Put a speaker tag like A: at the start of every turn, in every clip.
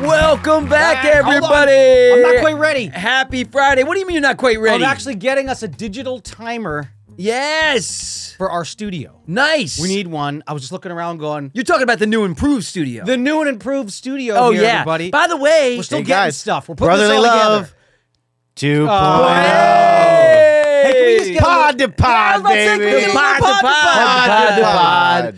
A: Welcome back,
B: Back. Hold on.
A: everybody.
B: I'm not quite ready. Oh,
A: Happy Friday. What do you mean you're not quite ready?
B: I'm actually getting us a digital timer
A: yes.
B: for our studio.
A: Nice.
B: We need one. I was just looking around going,
A: You're talking about the new improved studio.
B: the new and improved studio
A: oh
B: here,
A: yeah.
B: everybody.
A: By the way,
B: We're still
C: Hey,
B: getting
C: guys.
B: stuff. We're putting
C: Brotherly
B: this all
C: love.
B: together. Oh,
C: Two
A: Hey.
B: Hey, can we just get a
C: pod to pod, baby.
A: The pod, the pod,
C: Pod to
A: pod,
C: pod.
A: the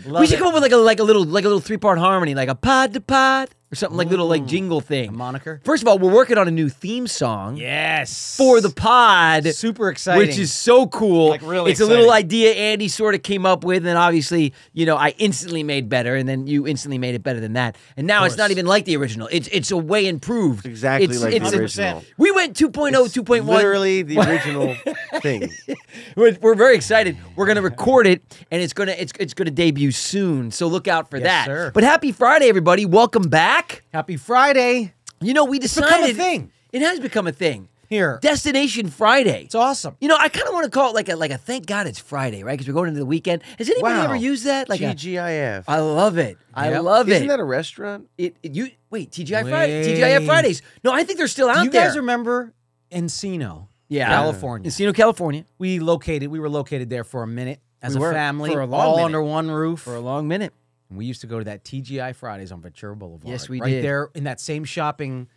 A: pod.
B: Love
A: We should
B: it.
A: come up with like a like a little like a little three part harmony, like a pod to pod or something like little like jingle thing.
B: Mm. moniker?
A: First of all, we're working on a new theme song
B: Yes.
A: for the pod.
B: super exciting.
A: Which is so cool.
B: Like, really
A: it's a little
B: exciting.
A: idea Andy sort of came up with, and then obviously, you know, I instantly made better, and then you instantly made it better than that. And now it's not even like the original. It's it's a way improved.
C: Exactly
A: It's-
C: like
A: it's
C: the
A: a-
C: original.
A: we went oh, 2.0, 2.1.
C: Literally the original thing.
A: We're, we're very excited. We're gonna record it, and it's gonna it's it's gonna debut soon. So look out for that.
B: sir.
A: But happy Friday, everybody! Welcome back.
B: Happy Friday.
A: You know, we
B: become a
A: decided
B: thing.
A: It has become a thing.
B: Here.
A: Destination Friday.
B: It's awesome.
A: You know, I kind of want to call it like a like a thank God it's Friday, right? Because we're going into the weekend. Has anybody
C: Wow.
A: ever used that? Like, a-
C: TGIF.
A: I love it. I
B: Yep.
A: love
C: Isn't
A: it.
C: that a restaurant?
A: it, it- You wait, TGI Friday, TGIF
B: Wait.
A: Fridays. No, I think they're still out
B: Do you
A: there.
B: guys remember Encino,
A: yeah,
B: California?
A: Encino, California,
B: We located. We were located there for a minute as
A: We
B: a
A: were,
B: family,
A: for a long
B: all
A: minute.
B: under one roof.
A: for a long minute.
B: And we used to go to that TGI Fridays on Ventura Boulevard.
A: Yes, we
B: right
A: did.
B: there in that same shopping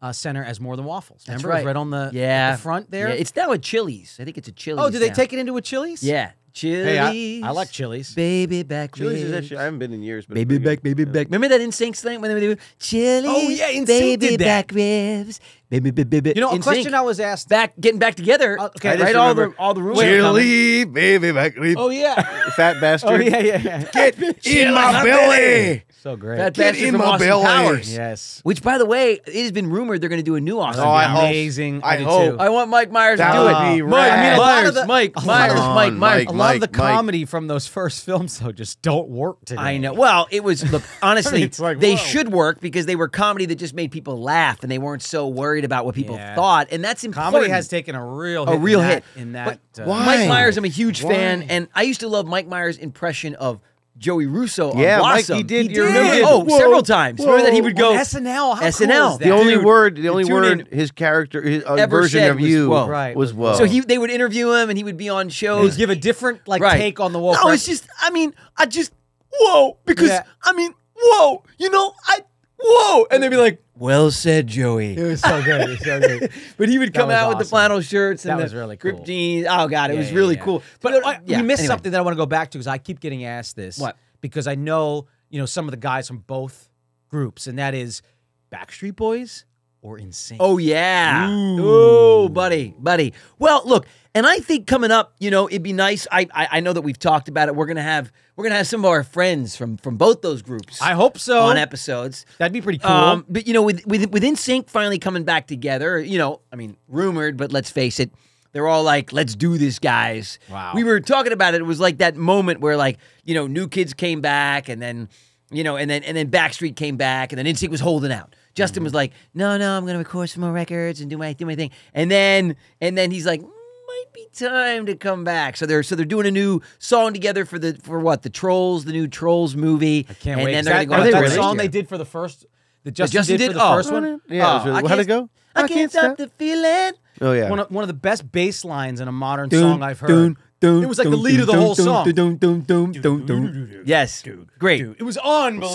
B: uh, center as More Than Waffles.
A: That's
B: Remember, it was
A: right.
B: right on the,
A: Yeah,
B: the front there.
A: Yeah, it's now a Chili's. I think it's a Chili's.
B: oh, do they
A: now.
B: take it into a Chili's?
A: Yeah, Chili's.
C: Hey, I-
B: I like Chili's.
A: baby back.
C: Chili's is
A: ribs.
C: actually, I haven't been in years, but it's
A: Baby
C: pretty
A: back,
C: good.
A: baby back. Remember that NSYNC thing when they were Chili's?
B: Oh, yeah, NSYNC
A: baby
B: did that.
A: back ribs. Baby, baby, baby.
B: You know, a
A: NSYNC.
B: question I was asked.
A: back getting back together.
B: Uh,
C: I
B: okay,
C: just
B: right. All the
C: remember
B: all the rumors.
C: Chili, baby back.
B: Oh yeah.
C: Fat bastard.
B: oh yeah. Yeah. yeah.
C: Get in my belly.
B: So great.
A: That
C: Get
A: bastard
C: in
A: from
C: my
A: Austin
C: belly.
A: Powers.
B: yes.
A: Which, by the way, it has been rumored they're going to do a new Austin.
C: Oh, I
A: Powers.
C: hope.
B: Amazing.
C: I
B: I do
C: hope.
B: too. Uh,
A: I want Mike Myers
C: That
A: to do
C: would
A: it.
C: be
A: Mike,
C: rad.
A: I mean, a lot of
B: Myers,
A: the-
B: Mike,
A: a lot
B: Myers,
A: of-
C: Come
A: Mike,
C: on,
A: Myers.
B: A
C: Mike,
B: lot of the
C: Mike.
B: comedy from those first films though just don't work today.
A: I know. Well, it was look. Honestly,
C: It's like,
A: they
C: whoa.
A: should work because they were comedy that just made people laugh, and they weren't so worried about what people
B: Yeah.
A: thought, and that's important.
B: Comedy has taken a real hit
A: a real
B: in
A: hit
B: that, in that.
A: But
B: uh,
C: why?
A: Mike Myers, I'm a huge
C: Why?
A: fan, and I used to love Mike Myers' impression of Joey Russo.
C: Yeah,
A: on
C: Mike,
A: Blossom.
C: he did.
A: He
C: You
A: did.
C: remember-
A: Oh,
C: Whoa,
A: several times. Remember that he
C: whoa.
A: would go
B: On SNL, how cool
A: SNL.
B: is
C: The only
A: Dude,
C: word, the only
A: tune
C: word,
A: in-
C: his character, his uh,
A: Ever
C: version
A: said
C: of
A: was
C: you
A: whoa.
B: Right.
C: was whoa.
A: So he, they would interview him, and he would be on shows.
B: They oh, give a different like
A: Right.
B: take on the Wolf.
A: No, it's just. I mean, I just whoa because
B: Yeah.
A: I mean whoa. You know, I whoa, and they'd be like, "Well said, Joey."
B: it was so good. It was so good.
A: But he would
B: That
A: come
B: was
A: out with the
B: awesome.
A: flannel shirts and
B: That
A: the
B: was really
A: ripped
B: cool.
A: jeans. Oh god, it
B: Yeah,
A: was
B: yeah,
A: really
B: yeah.
A: cool.
B: But uh,
A: yeah,
B: you missed
A: anyway.
B: something that I want to go back to because I keep getting asked this.
A: What?
B: Because I know you know some of the guys from both groups, and that is Backstreet Boys or Insane.
A: Oh yeah.
B: Ooh.
A: Oh, buddy, buddy. Well, look, and I think coming up, you know, it'd be nice. I, I I know that we've talked about it. We're gonna have we're gonna have some of our friends from from both those groups
B: I hope so.
A: on episodes.
B: That'd be pretty cool.
A: Um, but you know, with with with NSYNC finally coming back together, you know, I mean, rumored, but let's face it, they're all like, "Let's do this, guys."
B: Wow.
A: We were talking about it. It was like that moment where, like, you know, new kids came back, and then, you know, and then and then Backstreet came back, and then NSYNC was holding out.
B: Mm-hmm.
A: Justin was like, "No, no, I'm gonna record some more records and do my do my thing," and then and then he's like. Might be time to come back. So they're so they're doing a new song together for the for what the trolls the new trolls movie. I
B: Can't
A: and
B: wait.
A: Then
B: Is
A: they're
B: that,
A: gonna go out
B: that
A: to
C: really?
A: next
B: song they
A: year.
B: did for the first. The Justin,
A: Justin
B: did,
A: did-
B: for the
A: oh.
B: first one.
C: Yeah, it was
A: Oh,
C: really-
A: I
C: how'd it
A: can't-
C: go?
A: I can't stop the feeling.
C: Oh yeah.
B: One of, one of the best bass lines in a modern
A: Dun,
B: song I've heard.
A: dun, dun,
B: it was like the
A: dun,
B: lead of the
A: dun,
B: whole
A: dun,
B: song.
A: dun, dun, dun, dun, dun. Yes, great.
B: It was unbelievable.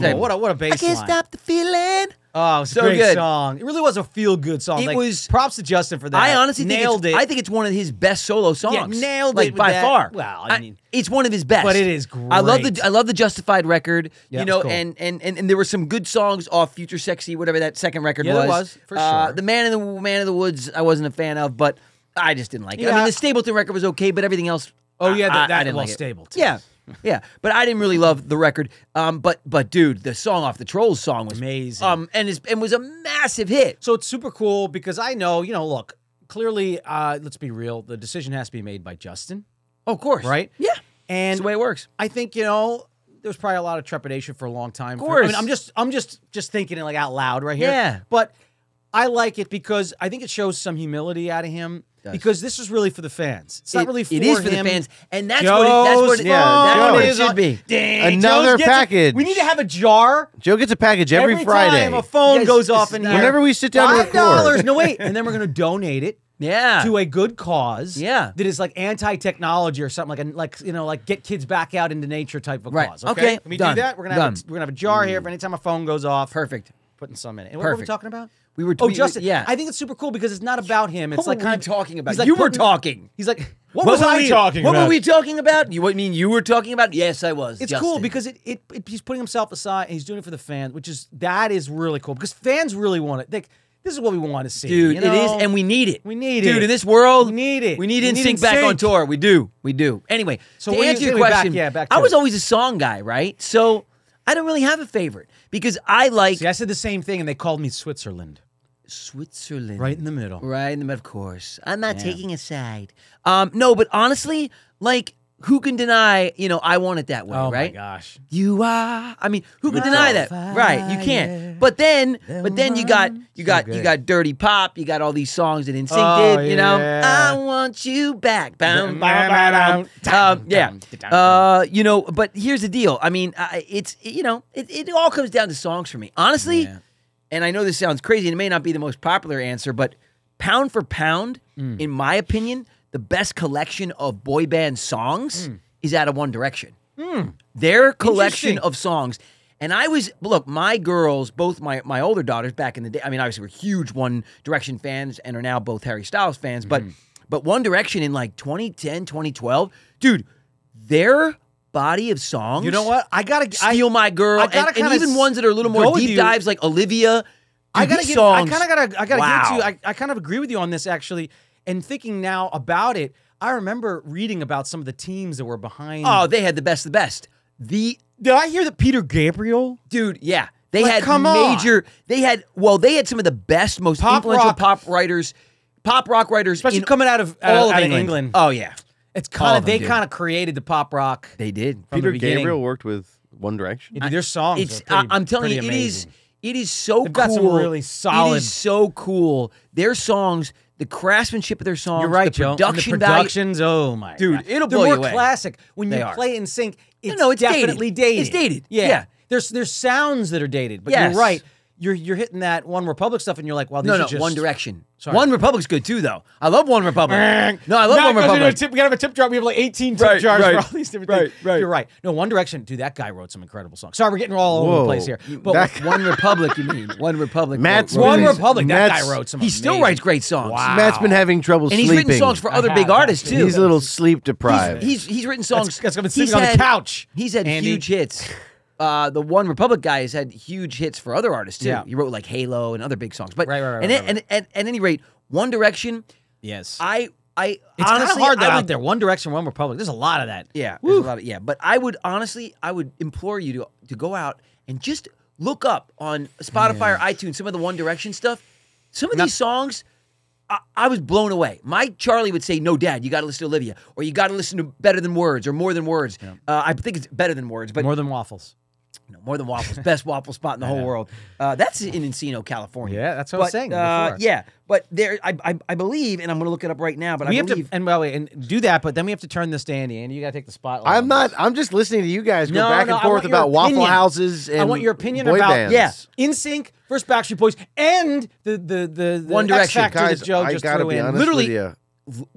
A: So good.
B: What a what a bass
A: I can't
B: line.
A: stop the feeling.
B: Oh, it was a
A: So
B: great
A: good.
B: song. It really was a feel good song.
A: It
B: Like,
A: was-
B: props to Justin for that.
A: I honestly
B: nailed
A: think
B: it.
A: it's- I think it's one of his best solo songs.
B: nailed
A: like
B: it with
A: by
B: that.
A: far.
B: Well, I mean-
A: it's one of his best.
B: But it is
A: I love the
B: great.
A: I love the Justified record. you
B: Yeah, it was
A: know,
B: cool.
A: and, and and and there were some good songs off Future Sexy, whatever that second record
B: Yeah,
A: was.
B: there was, for
A: Uh,
B: sure.
A: The Man in the Man of the Woods, I wasn't a fan of, but I just didn't like it. I
B: Yeah.
A: mean, the Stapleton record was okay, but everything else.
B: oh yeah,
A: I- I-
B: that,
A: I
B: that
A: didn't
B: well
A: like it.
B: Stapleton.
A: Yeah. Yeah, but I didn't really love the record. Um, but but dude, the song off the Trolls song was
B: Amazing.
A: Um, and it's, and was a massive hit.
B: So it's super cool because I know, you know, look, clearly, uh, let's be real, the decision has to be made by Justin,
A: Of course,
B: right?
A: Yeah, that's
B: And
A: the way it works.
B: I think, you know, there's probably a lot of trepidation for a long time.
A: Of
B: for- I mean,
A: course.
B: I'm just I'm just just thinking it like out loud right here.
A: Yeah.
B: But I like it because I think it shows some humility out of him.
A: does.
B: Because this is really for the fans. It's not
A: It-
B: really for
A: it is for
B: him.
A: the fans, and that's what it, that's what it,
B: Joe's
C: Yeah,
A: that's
C: Joe.
A: what it
C: Joe's
A: should be.
B: Dang,
C: Another
B: Joe's gets a-
C: package.
B: we need to have a jar
C: Joe gets a package every, Friday.
B: time a phone
A: Yes,
B: goes off
A: it's
B: in
A: not-
B: here.
C: Whenever we sit down to
B: Five
C: record.
B: dollars. No wait, and then we're gonna donate it
A: Yeah,
B: to a good cause.
A: Yeah.
B: that is like anti-technology or something like a, like you know like get kids back out into nature type of
A: Right.
B: cause. Mm.
A: Okay,
B: Can we
A: done,
B: do that. We're gonna
A: done.
B: have a, we're gonna have a jar here for anytime a phone goes off.
A: perfect.
B: Putting some in it. And what were we
A: Perfect.
B: talking about?
A: We were-
B: oh
A: we- we-
B: Justin.
A: yeah.
B: I think it's super cool because it's not about him. It's
A: What
B: like
A: were
B: kind
A: we
B: of-
A: talking about?
B: he's like
A: You were
B: putting-
A: talking.
B: He's like, what, was
A: were
B: I
A: we-
B: talking?
A: What
B: about?
A: were we talking about? You what mean you were talking about? Yes, I was.
B: It's
A: Justin.
B: cool because it, it, it he's putting himself aside and he's doing it for the fans, which is that is really cool because fans really want it. Like this is what we want to see,
A: dude,
B: you
A: it is,
B: know?
A: and we need it.
B: We need
A: dude,
B: it.
A: Dude, in this world,
B: We need it.
A: We need
B: We
A: InSync
B: need
A: back on
B: NSYNC.
A: tour. We do, we do. Anyway,
B: So
A: to
B: what do you
A: answer your
B: think? Back-
A: question,
B: yeah, back
A: I
B: to
A: was
B: it.
A: always a song guy, right? So I don't really have a favorite because I like
B: See, I said the same thing, and they called me Switzerland,
A: Switzerland,
B: right in the middle.
A: Right in the middle, of course. I'm not taking a side. Um, no, but honestly, like, who can deny? You know, I want it that way,
B: Oh
A: right?
B: my gosh!
A: You are. I mean, who can deny that? Right, you can't. But then, but then you got you got you
B: good.
A: got dirty pop. You got all these songs that NSYNC
B: Oh,
A: did. You know,
B: yeah.
A: I want you back. Bam,
B: Dum,
A: bam, bam,
B: dum, dum,
A: Um, yeah.
B: dum, dum, dum.
A: Uh, you know, but here's the deal. I mean, I, it's you know, it, it all comes down to songs for me, honestly. And I know this sounds crazy. and It may not be the most popular answer, but pound for pound,
B: Mm.
A: in my opinion, the best collection of boy band songs is out of One Direction their collection
B: Mm. Interesting.
A: of songs. And I was look, my girls, both my my older daughters back in the day. I mean, obviously, were huge One Direction fans and are now both Harry Styles fans. But
B: Mm.
A: but One Direction in like 2010, 2012, dude, their body of songs.
B: You know what? I gotta. I,
A: Steal My Girl,
B: I
A: and,
B: gotta
A: and
B: kinda
A: even ones that are a little
B: go
A: more
B: with
A: deep
B: you.
A: dives, like Olivia. Dude,
B: I gotta
A: these
B: give.
A: songs,
B: I kind of gotta. I gotta
A: wow.
B: give it to you. I, I kind of agree with you on this actually. And thinking now about it, I remember reading about some of the teams that were behind.
A: oh, they had the best, of the best. The
B: did I hear that Peter Gabriel?
A: dude yeah they
B: Like,
A: had
B: come on.
A: major they had well they had some of the best most
B: Pop
A: influential
B: rock.
A: pop writers pop rock writers
B: Especially
A: in
B: coming out of out,
A: all
B: of,
A: of
B: out
A: England.
B: England.
A: oh yeah
B: it's
A: all
B: kind
A: of
B: of
A: them
B: they
A: do.
B: kind of created the pop rock.
A: they did
B: From the
C: Peter
B: beginning.
C: Gabriel worked with One Direction.
B: Dude, their songs.
A: it's
B: are pretty,
A: I, am telling
B: pretty
A: you it is
B: amazing.
A: it is so
B: They've
A: cool
B: got some really solid-
A: it is so cool their songs the craftsmanship of their songs
B: You're right,
A: the
B: Joe. And
A: production
B: the
A: value
B: productions. Oh my,
A: Dude,
B: God.
A: it'll
B: They're
A: blow
B: more
A: you away.
B: classic when
A: They
B: you
A: are.
B: play in sync. It's
A: no, it's dated.
B: definitely dated.
A: It's dated.
B: Yeah.
A: Yeah.
B: there's there's sounds that are dated, but
A: Yes.
B: you're right. You're you're hitting that One Republic stuff, and you're like, wow, these
A: no
B: are
A: no
B: just
A: One Direction
B: Sorry.
A: One Republic's good too though I love One Republic no I love
B: Now
A: One
B: it goes into a
A: Republic
B: tip- we gotta have a tip jar. We have like 18 tip
A: Right,
B: jars
A: right,
B: for all these different
A: right,
B: things.
A: right.
B: You're right. No, One Direction, dude, that guy wrote some incredible songs. Sorry, we're getting all over the
C: Whoa.
B: place here. But
C: That-
A: One Republic you mean One Republic
C: Matt's
A: wrote-
B: One
C: Matt's-
B: Republic, that
C: Matt's-
B: guy wrote some.
A: he still
B: amazing-
A: writes great songs
B: Wow.
C: Matt's been having trouble
A: and he's
C: sleeping.
A: written songs for other
B: I
A: big
B: have,
A: artists
B: actually.
A: too.
C: He's a little sleep deprived.
A: He's he's written songs.
B: That's- that's gonna be
A: He's
B: sitting on the
A: had-
B: couch,
A: He's had
B: Andy.
A: huge hits. Uh, the One Republic guy has had huge hits for other artists too.
B: Yeah.
A: He wrote like Halo and other big songs. But
B: Right, right, right,
A: and,
B: right,
A: at- and, and at any rate, One Direction,
B: Yes.
A: I I
B: it's kind of
A: honestly
B: hard though
A: I
B: out
A: would-
B: there. One Direction, One Republic. There's a lot of that.
A: Yeah, there's a lot of yeah. But I would honestly, I would implore you to to go out and just look up on Spotify or iTunes some of the One Direction stuff. Some of these songs, I, I was blown away. My Charlie would say, "No, Dad, you got to listen to Olivia, or you got to listen to Better Than Words, or More Than Words." Uh, I think it's Better Than Words, but
B: More than waffles.
A: no, more than waffles, best waffle spot in the whole world. Uh, that's in Encino, California.
B: Yeah, that's what I was
A: But,
B: saying
A: Uh,
B: before.
A: yeah, but there, I, I, I believe, and I'm going to look it up right now. But
B: we
A: I
B: have
A: believe
B: to, and by the way, and do that, but then we have to turn this to Andy. Andy, you gotta take the spotlight.
C: I'm
B: on
C: not.
B: this.
C: I'm just listening to you guys go
B: No,
C: back
B: no,
C: and
B: I want
C: forth
B: your
C: about waffle
B: opinion.
C: houses and
B: I want your opinion
C: boy
B: about
C: bands.
A: Yeah.
B: In Sync versus Backstreet Boys and the the the, the
A: One
B: X
A: Direction.
B: Factor
C: Guys,
B: that Joe
C: I
B: just
C: gotta
B: threw
C: be
B: in.
C: honest
A: Literally-
C: with you.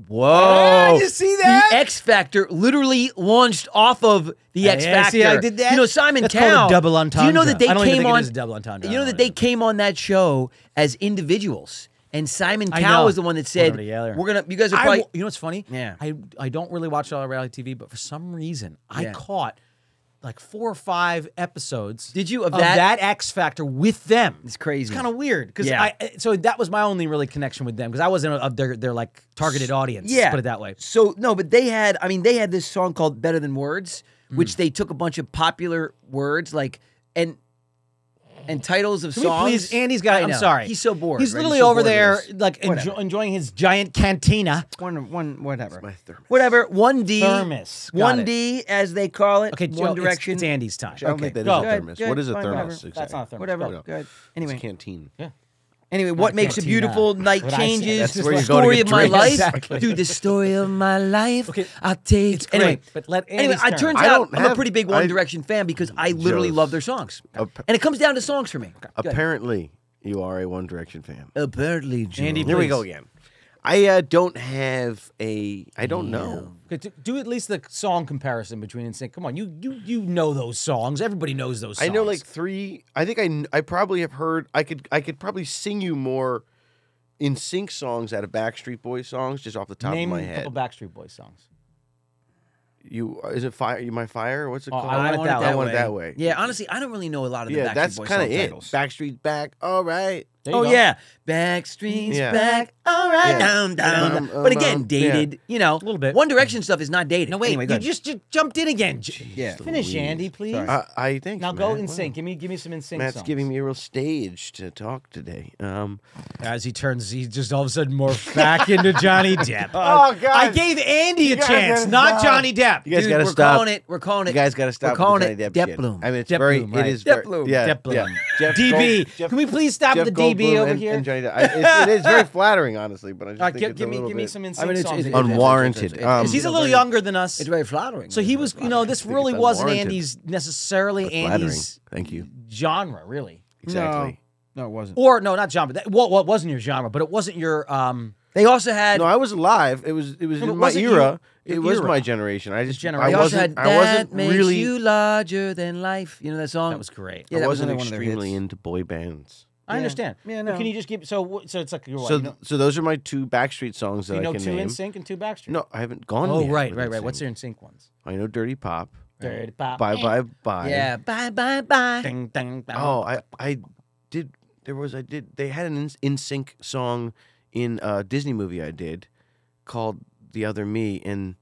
A: Whoa!
B: Ah, you see that?
A: The X Factor literally launched off of the X
B: Yeah,
A: Factor.
B: see, I did that?
A: You know Simon
B: That's called a
A: Cowell.
B: double
A: Do you know that
B: entendre.
A: they
B: I don't even
A: came
B: think it
A: on
B: is a double entendre.
A: You
B: I
A: know
B: don't
A: that they
B: know.
A: came on that show as individuals, and Simon
B: I
A: Cowell
B: know.
A: was the one that
B: Put
A: said,
B: them together.
A: "We're gonna." You guys are
B: I
A: probably.
B: w- you know what's funny?
A: Yeah.
B: I I don't really watch a lot of reality TV, but for some reason
A: Yeah.
B: I caught like four or five episodes.
A: Did you? Of that?
B: X Factor with them?
A: It's crazy.
B: It's kind of weird because
A: Yeah.
B: I so that was my only really connection with them because I wasn't of their their like targeted audience.
A: yeah.
B: put it that way.
A: So no, but they had. I mean, they had this song called "Better Than Words,"
B: Hmm.
A: which they took a bunch of popular words like and and titles of
B: Can we
A: songs.
B: please? Andy's got.
A: I
B: I'm
A: know.
B: sorry.
A: He's so bored.
B: He's
A: right?
B: literally
A: so
B: over
A: bored with
B: there,
A: this.
B: like enjo- enjoying his giant cantina.
A: One, one, whatever.
C: My thermos.
A: Whatever. One D.
B: Thermos. Got
A: One
B: it.
A: D, as they call it.
B: Okay, Joe,
A: One
B: it's-
A: Direction.
B: It's, Andy's time.
C: I don't think that is
B: go.
C: a thermos.
A: Good,
C: what is a
A: good,
C: thermos?
A: whatever.
C: Exactly?
B: That's not a thermos.
A: whatever.
C: Go.
A: Good. Anyway.
C: Anyway. It's canteen.
A: Anyway, what
B: a
A: makes a
B: cantina.
A: beautiful night
B: What I said.
A: changes
B: That's
A: the
C: where you go to
A: story
C: get
A: of my
C: drinks.
A: life.
B: Exactly.
A: Dude, the story of my life.
B: Okay.
A: I'll take
B: It's
A: anyway.
B: great, but let
A: anyway,
B: Andy's
A: it
B: turn.
A: turns
C: I
A: out
C: don't
A: I'm a
C: have-
A: pretty big One
C: I-
A: Direction fan because I literally
C: Jealous.
A: love their songs,
C: Appa-
A: and it comes down to songs for me. Good.
C: Apparently, you are a One Direction fan.
A: Apparently, Joe.
B: Andy,
C: Here we go
B: Please.
C: again. I uh, don't have a. I don't know.
B: Okay, do- Do at least the song comparison between NSYNC. Come on, you you you know those songs. Everybody knows those.
C: I
B: songs.
C: know like three. I think I. kn- I probably have heard. I could. I could probably sing you more in sync songs out of Backstreet Boys songs just off the top
B: name
C: of my
B: a couple
C: head.
B: Backstreet Boys songs.
C: you is it fire? You my fire? What's it
B: Oh,
C: called?
B: I Want It That
C: I want
B: Way.
C: it that way.
A: Yeah, honestly, I don't really know a lot of the
C: yeah.
A: Backstreet
C: That's
A: Boys
C: kind of
A: song
C: it.
A: titles.
C: Backstreet back. All right.
B: There you
A: Oh
B: go.
A: yeah, Backstreet's
C: Yeah.
A: back. All right,
C: Yeah.
A: down, down.
C: Um,
A: but again,
C: um,
A: dated. You know, a
B: little bit.
A: One Direction stuff is not dated.
B: No wait,
A: Anyway, go
B: you
A: ahead.
B: just, just jumped in again. J-
A: Yeah.
B: Finish, Andy, please.
C: I, I think.
B: now go
C: Matt.
B: and
C: Wow.
B: sing. Give me give me some NSYNC
C: Matt's
B: songs.
C: giving me a real stage to talk today. Um,
B: As he turns, he just all of a sudden morphs back into Johnny Depp.
C: Oh, God.
B: I gave Andy a
C: guys
B: chance,
C: gotta
B: not
C: stop.
B: Johnny Depp.
C: you guys
A: Dude,
C: gotta
A: we're
C: stop.
A: calling it. We're calling it.
C: You guys gotta stop.
A: We're calling
C: with
A: it
C: the Johnny Depp shit.
A: Bloom.
C: I mean, it's
B: Depp
C: very.
B: Bloom,
C: It
B: right.
C: is
A: Depp
C: very.
A: Bloom.
C: Yeah,
B: Depp
C: yeah.
B: Bloom.
C: Jeff
B: DB,
C: Gold- Jeff-
B: can we please stop
C: Jeff
B: with the DB
C: Goldblum
B: over
C: and,
B: here?
C: And Johnny Depp. I, it's, it is very flattering, honestly, but I just
B: All right,
C: think
B: give-
C: it's
B: give
C: a
B: me-
C: little
B: give me
C: bit-
B: some
A: I mean, it's, it's,
B: songs.
A: it's
C: Unwarranted.
A: it's- it's-
C: Um,
B: Because he's a little
A: very-
B: younger than us.
A: It's very flattering.
B: So he was, you know, this
C: think
B: really
C: it's
B: wasn't
C: unwarranted.
B: Andy's necessarily
C: flattering.
B: Andy's
C: Thank you.
B: genre, really.
C: Exactly.
A: No, it wasn't.
B: Or no, not genre. That, well, well, it wasn't your genre, but it wasn't your. um
A: They also had.
C: No, I was alive. It was. It was
B: No, but
C: in my
B: wasn't you-
C: era. It
B: your
C: was
B: era.
C: my generation. I just.
B: generation.
A: they
C: I
A: also
C: wasn't.
A: had
C: I wasn't
A: that makes
C: really.
A: you larger than life. You know that song.
C: Um,
B: That was great.
A: Yeah,
C: I
A: that was
C: wasn't
A: another one of their
C: extremely
A: hits.
C: into boy bands.
B: I understand.
A: Yeah,
B: But
A: no.
B: Can you just give so wh- so it's like you're
C: so,
B: you know,
C: so those are my two Backstreet songs that
B: you know
C: I can
B: two
C: name.
B: in sync and two Backstreet.
C: No, I haven't gone.
B: Oh
C: yet
B: right,
C: with
B: right, right. What's
C: NSYNC.
B: their in sync ones?
C: I know Dirty Pop.
B: Dirty Pop.
C: Bye bye bye.
A: Yeah. Bye bye bye.
B: Ding, ding, dong.
C: Oh, I I did. There was I did. They had an in sync song in a Disney movie I did called "The Other Me," and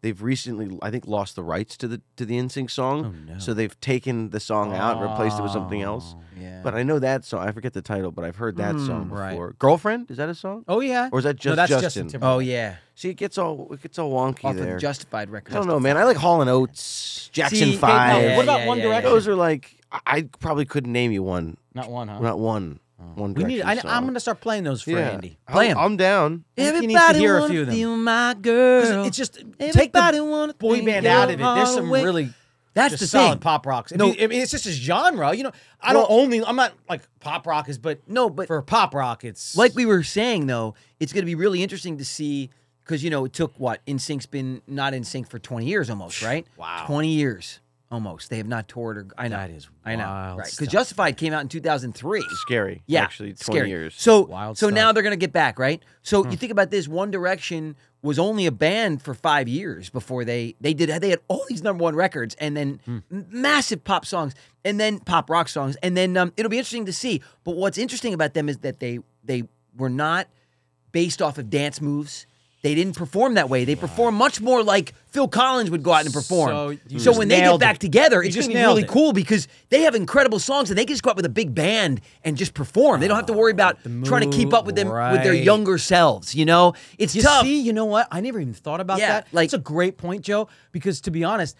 C: they've recently I think lost the rights to the to the in sync song.
B: Oh, no.
C: So they've taken the song out, and replaced it with something
B: Oh,
C: else.
A: Yeah.
C: But I know that song. I forget the title, but I've heard that
B: Mm,
C: song
B: right.
C: before. Girlfriend is that a song?
B: Oh yeah.
C: Or is that just
B: no, that's
C: Justin?
B: Timberlake.
A: oh yeah.
C: See, it gets all it gets all wonky
A: Off of
C: there.
A: the Justified record.
C: I don't know, man. I like Hall and Oats, Jackson Five.
A: yeah,
B: what about
A: yeah,
B: One
A: yeah,
B: Direction?
C: Those are like I, I probably couldn't name you one,
B: Not one, huh? Oh.
C: not one. One
B: we need. I,
C: Direction
B: I'm
C: song.
B: going to start playing those for Andy.
C: I'm-
A: Play 'em.
C: I'm down.
B: I think he needs to
A: Everybody
B: hear a
A: wanna
B: few of them.
A: feel my girl.
B: Because it's just take
A: Everybody
B: the
A: wanna
B: boy
A: think
B: band
A: you're
B: out of it. There's some
A: Hardaway.
B: really
A: That's
B: just
A: the
B: solid
A: thing.
B: pop rocks. No,
A: No.
B: I mean it's just a genre. You know, I don't only. I'm not like pop rock is, but
A: No, but
B: for pop rock, it's
A: like we were saying though, it's going to be really interesting to see because you know it took what InSync's been not in sync for twenty years almost, right?
B: Wow.
A: twenty years almost. They have not toured. Or, I know
B: That is
A: I know,
B: wild
A: right?
B: stuff.
A: Because Justified came out in two thousand three.
C: Scary.
A: Yeah,
C: actually, twenty
A: scary.
C: years. Hmm.
A: So
B: Wild
A: so now
B: stuff.
A: they're going to get back, right? So you think about this: One Direction was only a band for five years before they they did they had all these number one records and then
C: Hmm.
A: m- massive pop songs and then pop rock songs and then um, it'll be interesting to see. But what's interesting about them is that they they were not based off of dance moves. They didn't perform that way. They perform much more like Phil Collins would go out and
B: So
A: perform.
B: you
A: So,
B: just
A: when they
B: nailed
A: get back
B: it.
A: together, it's
B: just
A: going to be
B: nailed
A: really
B: it.
A: cool cool because they have incredible songs and they can just go out with a big band and just perform. They don't have to worry about
B: Oh, the
A: trying to keep up with them with their
B: right.
A: younger selves. You know, it's
B: You
A: tough.
B: see, you know what? I never even thought about
A: Yeah,
B: that.
A: like-
B: That's a great point, Joe. Because to be honest,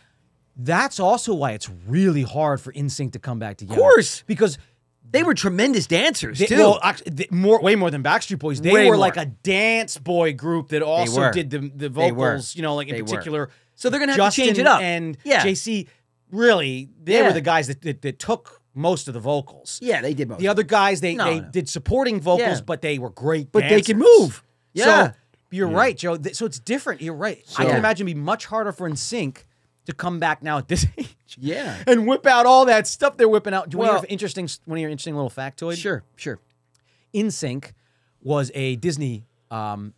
B: that's also why it's really hard for Insync to come back together. Of
A: course.
B: because
A: They were tremendous dancers
B: They,
A: too.
B: well, actually, th- more way more than Backstreet Boys. They
A: Way more.
B: were like a dance boy group that also
A: were.
B: did the the
A: They were.
B: vocals. You know, like in
A: They were.
B: particular.
A: So they're gonna have to change
B: Justin
A: it up.
B: And
A: Yeah.
B: JC, really, they
A: Yeah.
B: were the guys that, that that took most of the vocals.
A: yeah, they did both.
B: The other guys, they
A: No,
B: they
A: no.
B: did supporting vocals,
A: Yeah.
B: but they were great.
A: But they could
B: dancers.
A: move. Yeah.
B: So you're right, Joe. Th- So it's different. You're right. I can
A: So-
B: imagine it'd be much harder for NSYNC to come back now at this age.
A: Yeah.
B: And whip out all that stuff they're whipping out. Do you want to
A: Well-
B: hear an interesting one of your interesting little factoid?
A: sure, sure.
B: In Sync was a Disney um,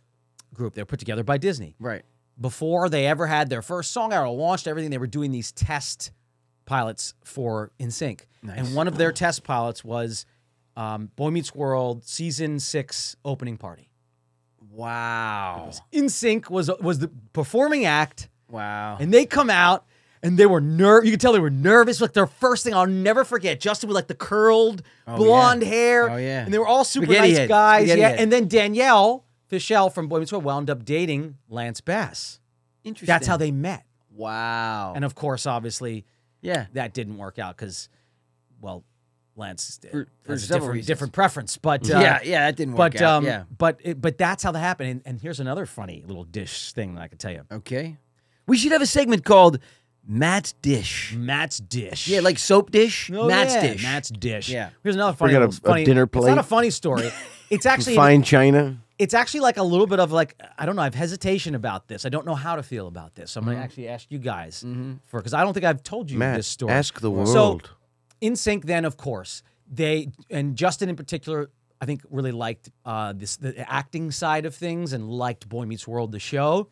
B: group. They were put together by Disney.
A: Right.
B: Before they ever had their first song out or launched everything, they were doing these test pilots for In Sync. And one of their test pilots was um, Boy Meets World season six opening party.
A: Wow.
B: In Sync was was the performing act,
A: Wow.
B: and they come out And they were nerve. You could tell they were nervous. Like their first thing, I'll never forget. Justin with like the curled blonde hair.
A: Oh, yeah.
B: And they were all super
A: Spaghetti
B: nice
A: head.
B: guys.
A: Spaghetti
B: yeah.
A: head.
B: And then Danielle Fischel from Boy Meets World wound up dating Lance Bass.
A: Interesting.
B: That's how they met.
A: Wow.
B: And uh, of course, obviously,
A: yeah.
B: that didn't work out because, well, Lance uh,
A: For- for
B: has a
A: several
B: different,
A: reasons.
B: different preference. But uh,
A: yeah. Yeah. That didn't work
B: but
A: out.
B: um,
A: yeah.
B: but it, but that's how that happened. And, and here's another funny little dish thing that I could tell you.
A: Okay. We should have a segment called Matt's Dish.
B: Matt's dish.
A: Yeah, like soap dish.
B: Oh,
A: Matt's
B: yeah,
A: dish.
B: Matt's dish.
A: Yeah.
B: Here's another funny,
C: out a-
B: little-
C: a
B: funny
C: dinner
B: It's not a
C: plate.
B: funny story. It's actually
C: Fine China.
B: it's actually like a little bit of like I don't know. I have hesitation about this. I don't know how to feel about this. I'm
A: Mm-hmm.
B: gonna actually ask you guys for because I don't think I've told you
C: Matt,
B: this story.
C: ask the
B: So,
C: world.
B: In Sync, then of course they and Justin in particular, I think really liked uh, this the acting side of things and liked Boy Meets World the show.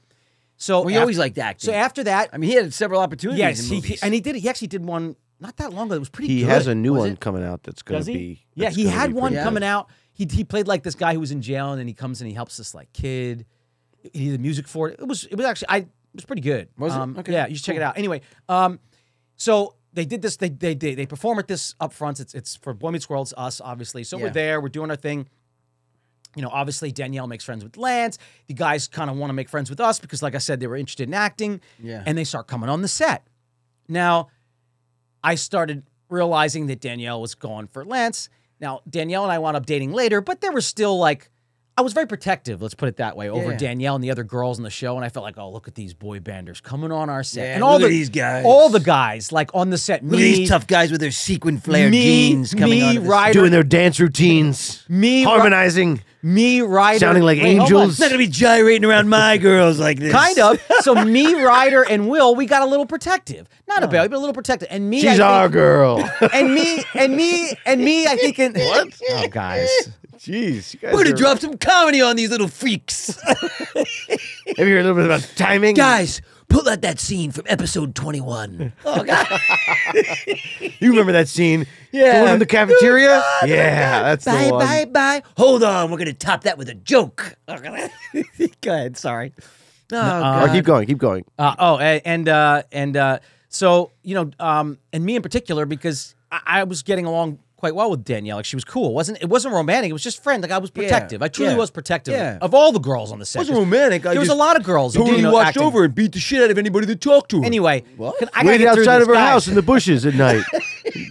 B: So
A: Well, he
B: Oh, af-
A: always liked acting.
B: So after that,
A: I mean, he had several opportunities.
B: yes,
A: in
B: he,
A: movies.
B: and he did. He actually did one not that long ago. It was pretty.
C: he
B: good.
C: has a new
B: Was
C: one
B: it?
C: coming out that's going
B: Does
C: to
B: he?
C: be.
B: Yeah,
C: that's
B: he
C: gonna
B: had
C: be
B: one
C: pretty
B: coming out. He he played like this guy who was in jail, and then he comes and he helps this like kid. He did the music for it. It was it was actually I it was pretty good.
A: Was it?
B: Um,
A: Okay,
B: Yeah, you should check it out. Anyway, um, so they did this. They they they, they perform at this up front. It's it's for Boy Meets World. It's us, obviously. So we're
A: Yeah.
B: there. We're doing our thing. You know, obviously Danielle makes friends with Lance. The guys kind of want to make friends with us because, like I said, they were interested in acting.
A: Yeah.
B: And they start coming on the set. Now, I started realizing that Danielle was going for Lance. Now, Danielle and I wound up dating later, but there was still like, I was very protective, let's put it that way, over
A: Yeah.
B: Danielle and the other girls in the show. And I felt like, oh, look at these boy banders coming on our set.
A: Yeah,
B: and all
A: look
B: the,
A: at these guys.
B: All the guys, like on the set.
A: Look
B: me,
A: at these tough guys with their sequin flare
B: me,
A: jeans coming
B: me,
A: on.
C: good.
B: Ryder,
C: Doing their dance routines,
B: me, Ry-
C: harmonizing.
B: me, Ryder,
C: Sounding like
B: Wait, hold on.
C: angels.
A: It's not gonna be gyrating around my girls like this.
B: Kind of. So me, Ryder, and Will, we got a little protective. Not a belly, but a little protective. And me, I
C: She's
B: think-
C: our girl.
B: and me, and me, and me. I think in what? Oh, guys.
C: Jeez, you guys
A: We're
C: are-
A: gonna drop some comedy on these little freaks,
C: Have you heard a little bit about timing,
A: guys. Pull out that scene from episode twenty-one. Oh God!
C: You remember that scene?
A: Yeah.
C: the one in the cafeteria. yeah, that's
A: bye,
C: the one.
A: bye, bye. Hold on, we're gonna top that with a joke. Go ahead. Sorry. Oh,
C: Oh,
A: God.
C: keep going, keep going.
B: Uh, oh, a- and uh, and uh, so you know, um, and me in particular, because I-, I was getting along quite well with Danielle. Like she was cool. It wasn't It wasn't romantic. It was just friend. Like I was protective. I truly
A: yeah.
B: was protective
A: Yeah.
B: of all the girls on the set.
A: wasn't romantic, I
B: there was a
A: just
B: lot of girls. who did,
A: totally
B: you know,
A: watched
B: acting.
A: over and beat the shit out of anybody that talked to her.
B: Anyway, can- I gotta
C: Waited
B: get through
C: outside
B: this,
C: of her
B: guys.
C: house in the bushes at night.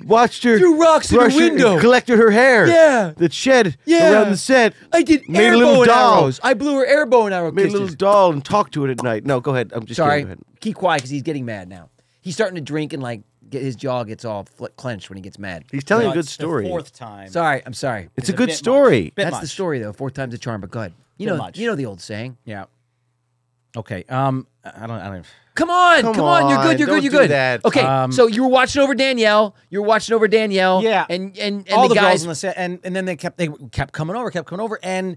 C: Watched her
A: Threw rocks in the
C: brush her-
A: window.
C: collected her hair.
A: Yeah.
C: that shed
A: Yeah.
C: around the set.
A: I did
C: made a
A: air
C: little
A: bow and
C: doll.
A: arrows. I blew her air bow and arrow
C: Made a
A: kisses.
C: little doll and talked to it at night. No, go ahead. I'm just
A: Sorry,
C: Kidding. Go ahead.
A: keep quiet because he's getting mad now. He's starting to drink and like get his jaw gets all fl- clenched when he gets mad.
C: He's telling
B: No,
C: a good
B: it's the
C: story.
B: Fourth time.
A: Sorry, I'm sorry.
C: It's a
B: a
C: good
B: bit
C: story.
B: much. Bit
A: That's the story though. Four times a charm, but good. You
B: Bit
A: know,
B: much.
A: you know the old saying.
B: Yeah. Okay. Um. I don't. I don't.
A: Come on,
C: Come
A: come, on, you're
C: on,
A: good, you're
C: don't
A: good, you're
C: do
A: good.
C: that.
A: Okay,
B: Um,
A: so you were watching over Danielle. You were watching over Danielle.
B: Yeah.
A: and and, and
B: all the,
A: guys.
B: girls on the set, and and then they kept they kept coming over, kept coming over, and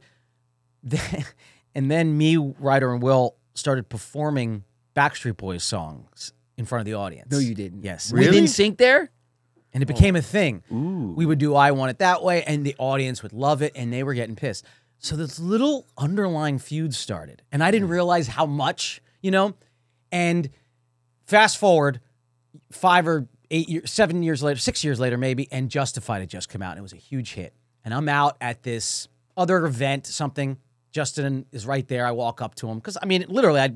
B: then, and then me, Ryder, and Will started performing Backstreet Boys songs in front of the audience.
A: no, you didn't.
B: Yes,
A: we didn't sync there.
B: and it
A: Oh.
B: became a thing. We would do "I Want It That Way," and the audience would love it, and they were getting pissed. So this little underlying feud started, and I
A: Mm.
B: didn't realize how much, you know. And fast forward five or eight years, seven years later, six years later, maybe, and Justified had just come out, and it was a huge hit. And I'm out at this other event, something. Justin is right there. I walk up to him because I mean, literally, I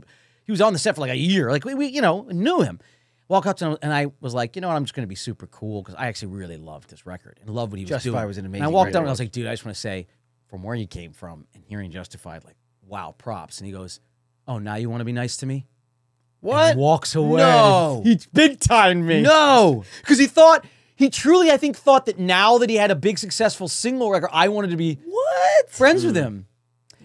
B: he was on the set for like a year. Like we, we you know, knew him. Walk up to him, and I was like, you know what? I'm just going to be super cool because I actually really loved this record and loved what he was
A: Justified
B: doing.
A: was an
B: And I
A: amazing
B: walked up, and I
A: record.
B: was like, dude, I just want to say, from where you came from and hearing Justified, like, wow, props. And he goes, oh, now you want to be nice to me?
A: What?
B: Walks away.
A: No.
B: He big timed me.
A: No.
B: Because he thought, he truly, I think, thought that now that he had a big successful single record, I wanted to be
A: What?
B: friends with him.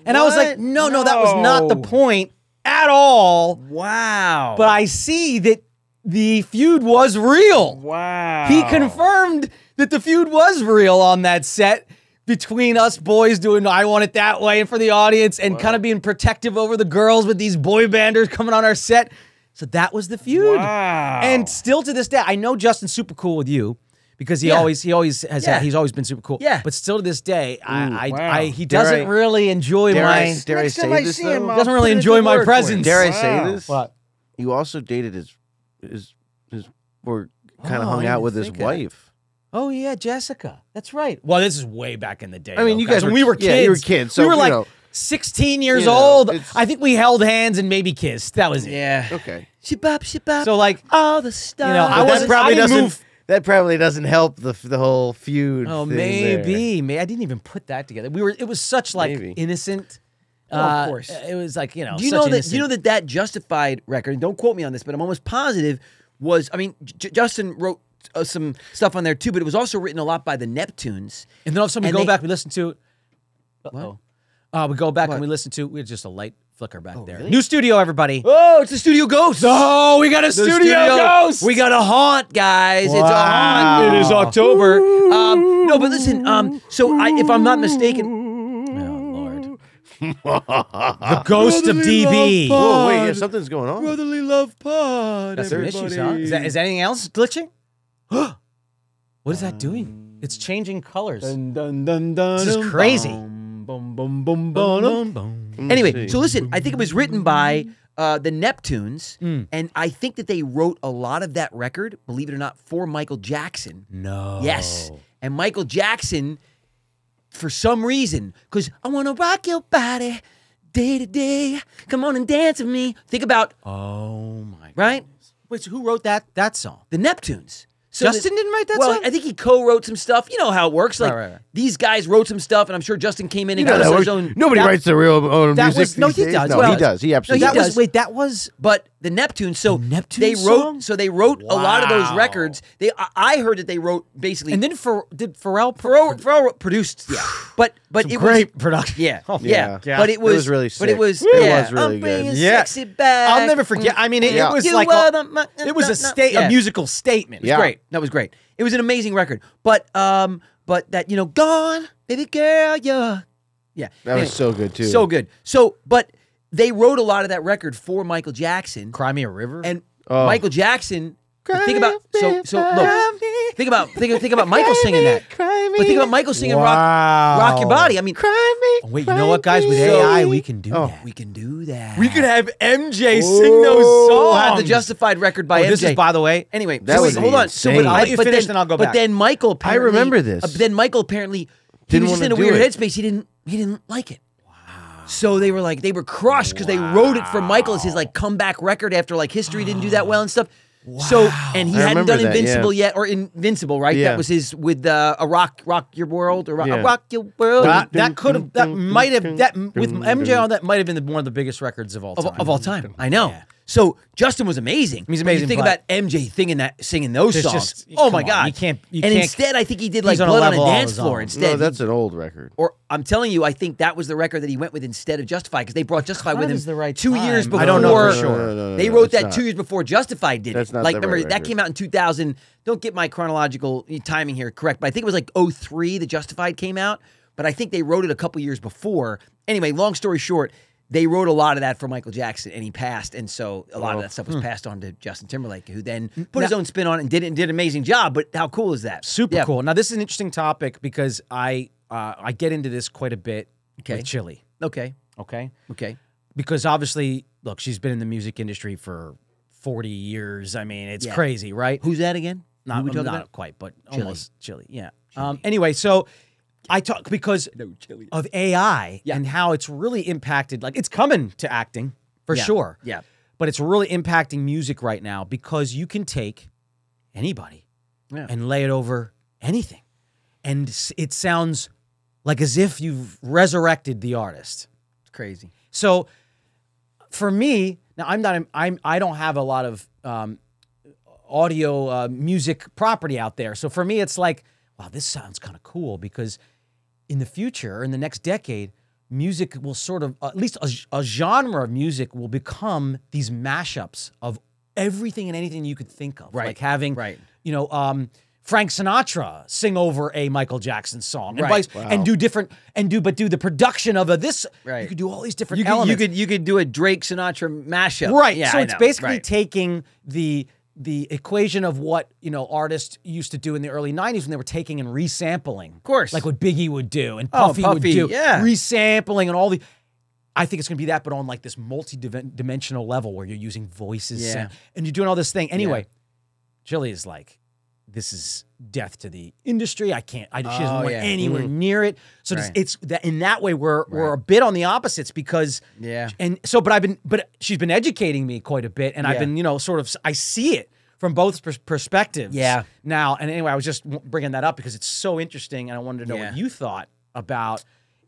B: And I was like,
A: What?
B: no, no, that was not the
A: No.
B: point at all.
A: Wow.
B: But I see that the feud was real.
A: wow.
B: He confirmed that the feud was real on that set between us boys doing I Want It That Way and for the audience and kind of being protective over the girls with these boy banders coming on our set. So that was the feud.
A: Wow.
B: And still to this day, I know Justin's super cool with you because he
A: Yeah.
B: always he always has
A: Yeah.
B: he's always been super cool.
A: Yeah.
B: But still to this day, I I,
A: wow.
B: I he
C: Dare
B: doesn't
C: I-
B: really enjoy
C: Dare
B: my
C: I, dare I
A: Next
C: say
A: time I
C: this?
A: see him,
C: though?
A: I'll
B: doesn't really
A: put it to
B: enjoy my
A: work for you.
B: presence.
C: Dare I say this?
B: What?
C: You also dated his his or kind
B: Oh,
C: of
B: I
C: hung
B: didn't
C: out with his
B: think of that.
C: wife.
B: Oh yeah, Jessica. That's right. Well, this is way back in the day.
C: I mean,
B: though,
C: you guys
B: When
C: were-
B: we were kids.
C: yeah, you were kids, so,
B: we were
C: you
B: like
C: know.
B: 16 years
C: You know,
B: old.
C: it's-
B: I think we held hands and maybe kissed. That was it.
A: Yeah.
C: Okay,
A: She bop, she bop.
B: So like,
A: all the stuff.
B: I
C: But
B: wasn't- I didn't move-
C: That probably doesn't help the the whole feud.
B: oh
C: thing there.
B: maybe, maybe I didn't even put that together. We were. It was such like
C: Maybe.
B: innocent.
A: of
B: uh,
A: course.
B: It was like you know.
A: Do you
B: such
A: know that?
B: innocent-
A: You know that that Justified record. and Don't quote me on this, but I'm almost positive was. I mean, J- Justin wrote uh, some stuff on there too, but it was also written a lot by the Neptunes.
B: And then all of a sudden we
A: And
B: go
A: they-
B: back, we listen to it. Uh-oh. Uh, we go back and we listen to we had just a light flicker back there. New studio, everybody.
A: Oh, it's the Studio Ghost.
B: Oh, we got a
A: The
B: studio, ghost.
A: We got a haunt, guys. It's a
B: Wow.
A: haunt.
B: It is October.
A: Um, no, but listen. Um, so I, if I'm not mistaken,
B: Oh, Lord. the ghost of DB.
C: Whoa, wait, yeah, something's going on.
A: Brotherly Love Pod.
B: That's some issues, huh?
A: everybody.
B: Is, that, is that anything else glitching? what is that doing? It's changing colors. This is crazy. Hmm.
C: Let me
A: Anyway,
C: see.
A: so listen, I think it was written by uh, the Neptunes,
B: Hmm.
A: and I think that they wrote a lot of that record, believe it or not, for Michael Jackson.
B: No.
A: Yes. And Michael Jackson, for some reason, because I want to rock your body day to day. Come on and dance with me. Think about,
B: Oh my. God.
A: right?
B: Wait, so who wrote that that song?
A: The Neptunes. So
B: Justin
A: the-
B: didn't write that
A: well,
B: song?
A: I think he co-wrote some stuff. You know how it works. Like
B: Right, right, right.
A: these guys wrote some stuff, and I'm sure Justin came in
C: You
A: and
C: know
A: got
C: that
A: us
C: works.
A: his own.
C: Nobody
B: that-
C: writes their real own
B: that
C: music.
B: was- no,
C: these
B: he
C: days.
B: does.
C: No,
A: Well,
C: he does. He absolutely
A: he
B: that
C: does.
B: was wait, that was
A: But the Neptunes, so
B: Neptunes
A: they wrote,
B: song?
A: so they wrote a lot of those
B: Wow.
A: records. They, I, I heard that they wrote basically,
B: and then for did Pharrell pro-
A: Pharrell, Pharrell produced, yeah, but but it
B: great
A: was
B: production.
A: yeah,
B: Oh,
A: yeah,
C: yeah.
A: but
C: It
A: it was,
C: was really
A: but it
C: sick.
A: was,
C: It
A: yeah,
C: was really
A: I'm bringing
C: good.
B: Yeah.
A: sexy back.
B: I'll never forget. I mean, it, it
C: Yeah.
B: was
A: You
B: like
A: are
B: a,
A: the mo-
B: it was
A: no,
B: a state,
A: no. uh, Yeah.
B: a musical statement.
C: Yeah.
A: great. That was great. It was an amazing record. But um, but that you know, gone, baby girl, yeah, yeah.
C: That
A: Anyway,
C: was so good too.
A: so good. So, but they wrote a lot of that record for Michael Jackson,
B: Cry Me a River.
A: and
C: Oh.
A: Michael Jackson. Think about so so
C: Cry
A: look. Think about think, think about Michael singing that.
C: Cry me.
A: But think about Michael singing
B: Wow.
A: rock rock your body. I mean,
C: Cry me.
B: Oh, wait, you know what, guys? With AI, we can do
C: Oh.
B: that.
A: we can do that.
B: We could have MJ sing
C: Whoa.
B: those
A: We'll
B: songs.
A: have the Justified record by
B: oh, this
A: MJ.
B: is, by the way,
A: Anyway,
C: That
A: so
C: would
A: wait,
C: be
A: hold on. So, but,
C: insane. I'll
B: let you
A: but
B: finish,
A: then,
B: then I'll go
A: But
B: back.
A: then Michael. Apparently,
C: remember this.
A: uh, then Michael apparently he
C: Didn't
A: was just
C: wanna
A: in a
C: do
A: weird
C: it.
A: headspace. He didn't. He didn't like it. Wow. So they were like they were crushed because they wrote it for Michael as his like comeback record after like history didn't do that well and stuff. So and he
C: I
A: hadn't
C: remember
A: done
C: that, yeah.
A: Invincible yet or Invincible right?
C: Yeah.
A: That was his with uh, a rock rock your world or rock,
C: Yeah.
A: rock your world
B: that, that could have, that might have, that with MJ on that might have been the, one of the biggest records of all
A: of,
B: time.
A: of all time. I know. So Justin was amazing.
B: He's
A: But
B: amazing,
A: You think
B: but-
A: about MJ singing that, singing those
B: There's
A: songs.
B: just-
A: oh
B: come
A: my
B: on,
A: God!
B: you can't- you
A: and
B: can't-
A: instead, I think he did like
B: he's on a
A: Blood on a
B: level all
A: Dance
B: his
A: floor
B: own.
A: instead.
C: No,
A: He-
C: that's an old record.
A: or I'm telling you, I think that was the record that he went with instead of Justified because they brought Justified with
B: Kind
A: him
B: of is the right
A: two years
B: time.
A: before.
B: I don't know for
C: No, no,
B: sure.
C: no, no, no,
A: They
C: no,
A: wrote
C: it's
A: that
C: not.
A: two years before Justified did.
C: That's
A: it.
C: not
A: like
C: the
A: remember
C: right
A: that
C: record.
A: came out in 2000. Don't get my chronological timing here correct, but I think it was like 03 that Justified came out. But I think they wrote it a couple years before. Anyway, long story short, they wrote a lot of that for Michael Jackson, and he passed, and so a lot of
B: Oh,
A: that
B: hmm.
A: stuff was passed on to Justin Timberlake, who then put his own spin on it and did it and did an amazing job. But how cool is that?
B: Super
A: Yeah.
B: cool. Now, this is an interesting topic because I uh, I get into this quite a bit
A: Okay.
B: with Chili.
A: Okay.
B: Okay.
A: Okay.
B: because obviously, look, she's been in the music industry for 40 years. I mean, it's
A: Yeah.
B: crazy, right?
A: Who's that again? Who
B: not,
A: we talking
B: not
A: about?
B: quite, but almost chilly. Yeah. Um, anyway, so I talk because
A: Chili.
B: of AI
A: Yeah.
B: and how it's really impacted. Like, it's coming to acting for
A: Yeah.
B: sure.
A: Yeah.
B: But it's really impacting music right now because you can take anybody
A: Yeah.
B: and lay it over anything. And s- it sounds like as if you've resurrected the artist.
A: It's crazy.
B: So for me, now I'm not I'm I don't have a lot of um, audio uh, music property out there. So for me, it's like, wow, this sounds kind of cool because in the future, in the next decade, music will sort of at least a, a genre of music will become these mashups of everything and anything you could think of,
A: Right,
B: like having
A: right.
B: you know. Um, Frank Sinatra sing over a Michael Jackson song, and
A: Right,
B: vice, and do different, and do but do the production of a this.
A: Right.
B: You could do all these different
A: You could,
B: elements.
A: you could you could do a Drake Sinatra mashup,
B: right.
A: Yeah,
B: so
A: I
B: it's
A: know.
B: basically
A: Right.
B: taking the the equation of what you know artists used to do in the early '90s when they were taking and resampling, of
A: course.
B: like what Biggie would do and
A: Oh,
B: Puffy, would
A: Puffy,
B: do,
A: yeah.
B: resampling and all the. I think it's going to be that, but on like this multi-dimensional level where you're using voices
A: Yeah.
B: sound, and you're doing all this thing. Anyway, Jilly is like, this is death to the industry. I can't. I, she doesn't
A: Oh,
B: want
A: yeah.
B: anywhere near it. So just-
A: Right.
B: it's that in that way we're we're a bit on the opposites because
A: Yeah.
B: And so, but I've been but she's been educating me quite a bit, and I've
A: Yeah.
B: been you know sort of I see it from both pers- perspectives.
A: Yeah.
B: Now and anyway, I was just w- bringing that up because it's so interesting, and I wanted to know
A: Yeah.
B: what you thought about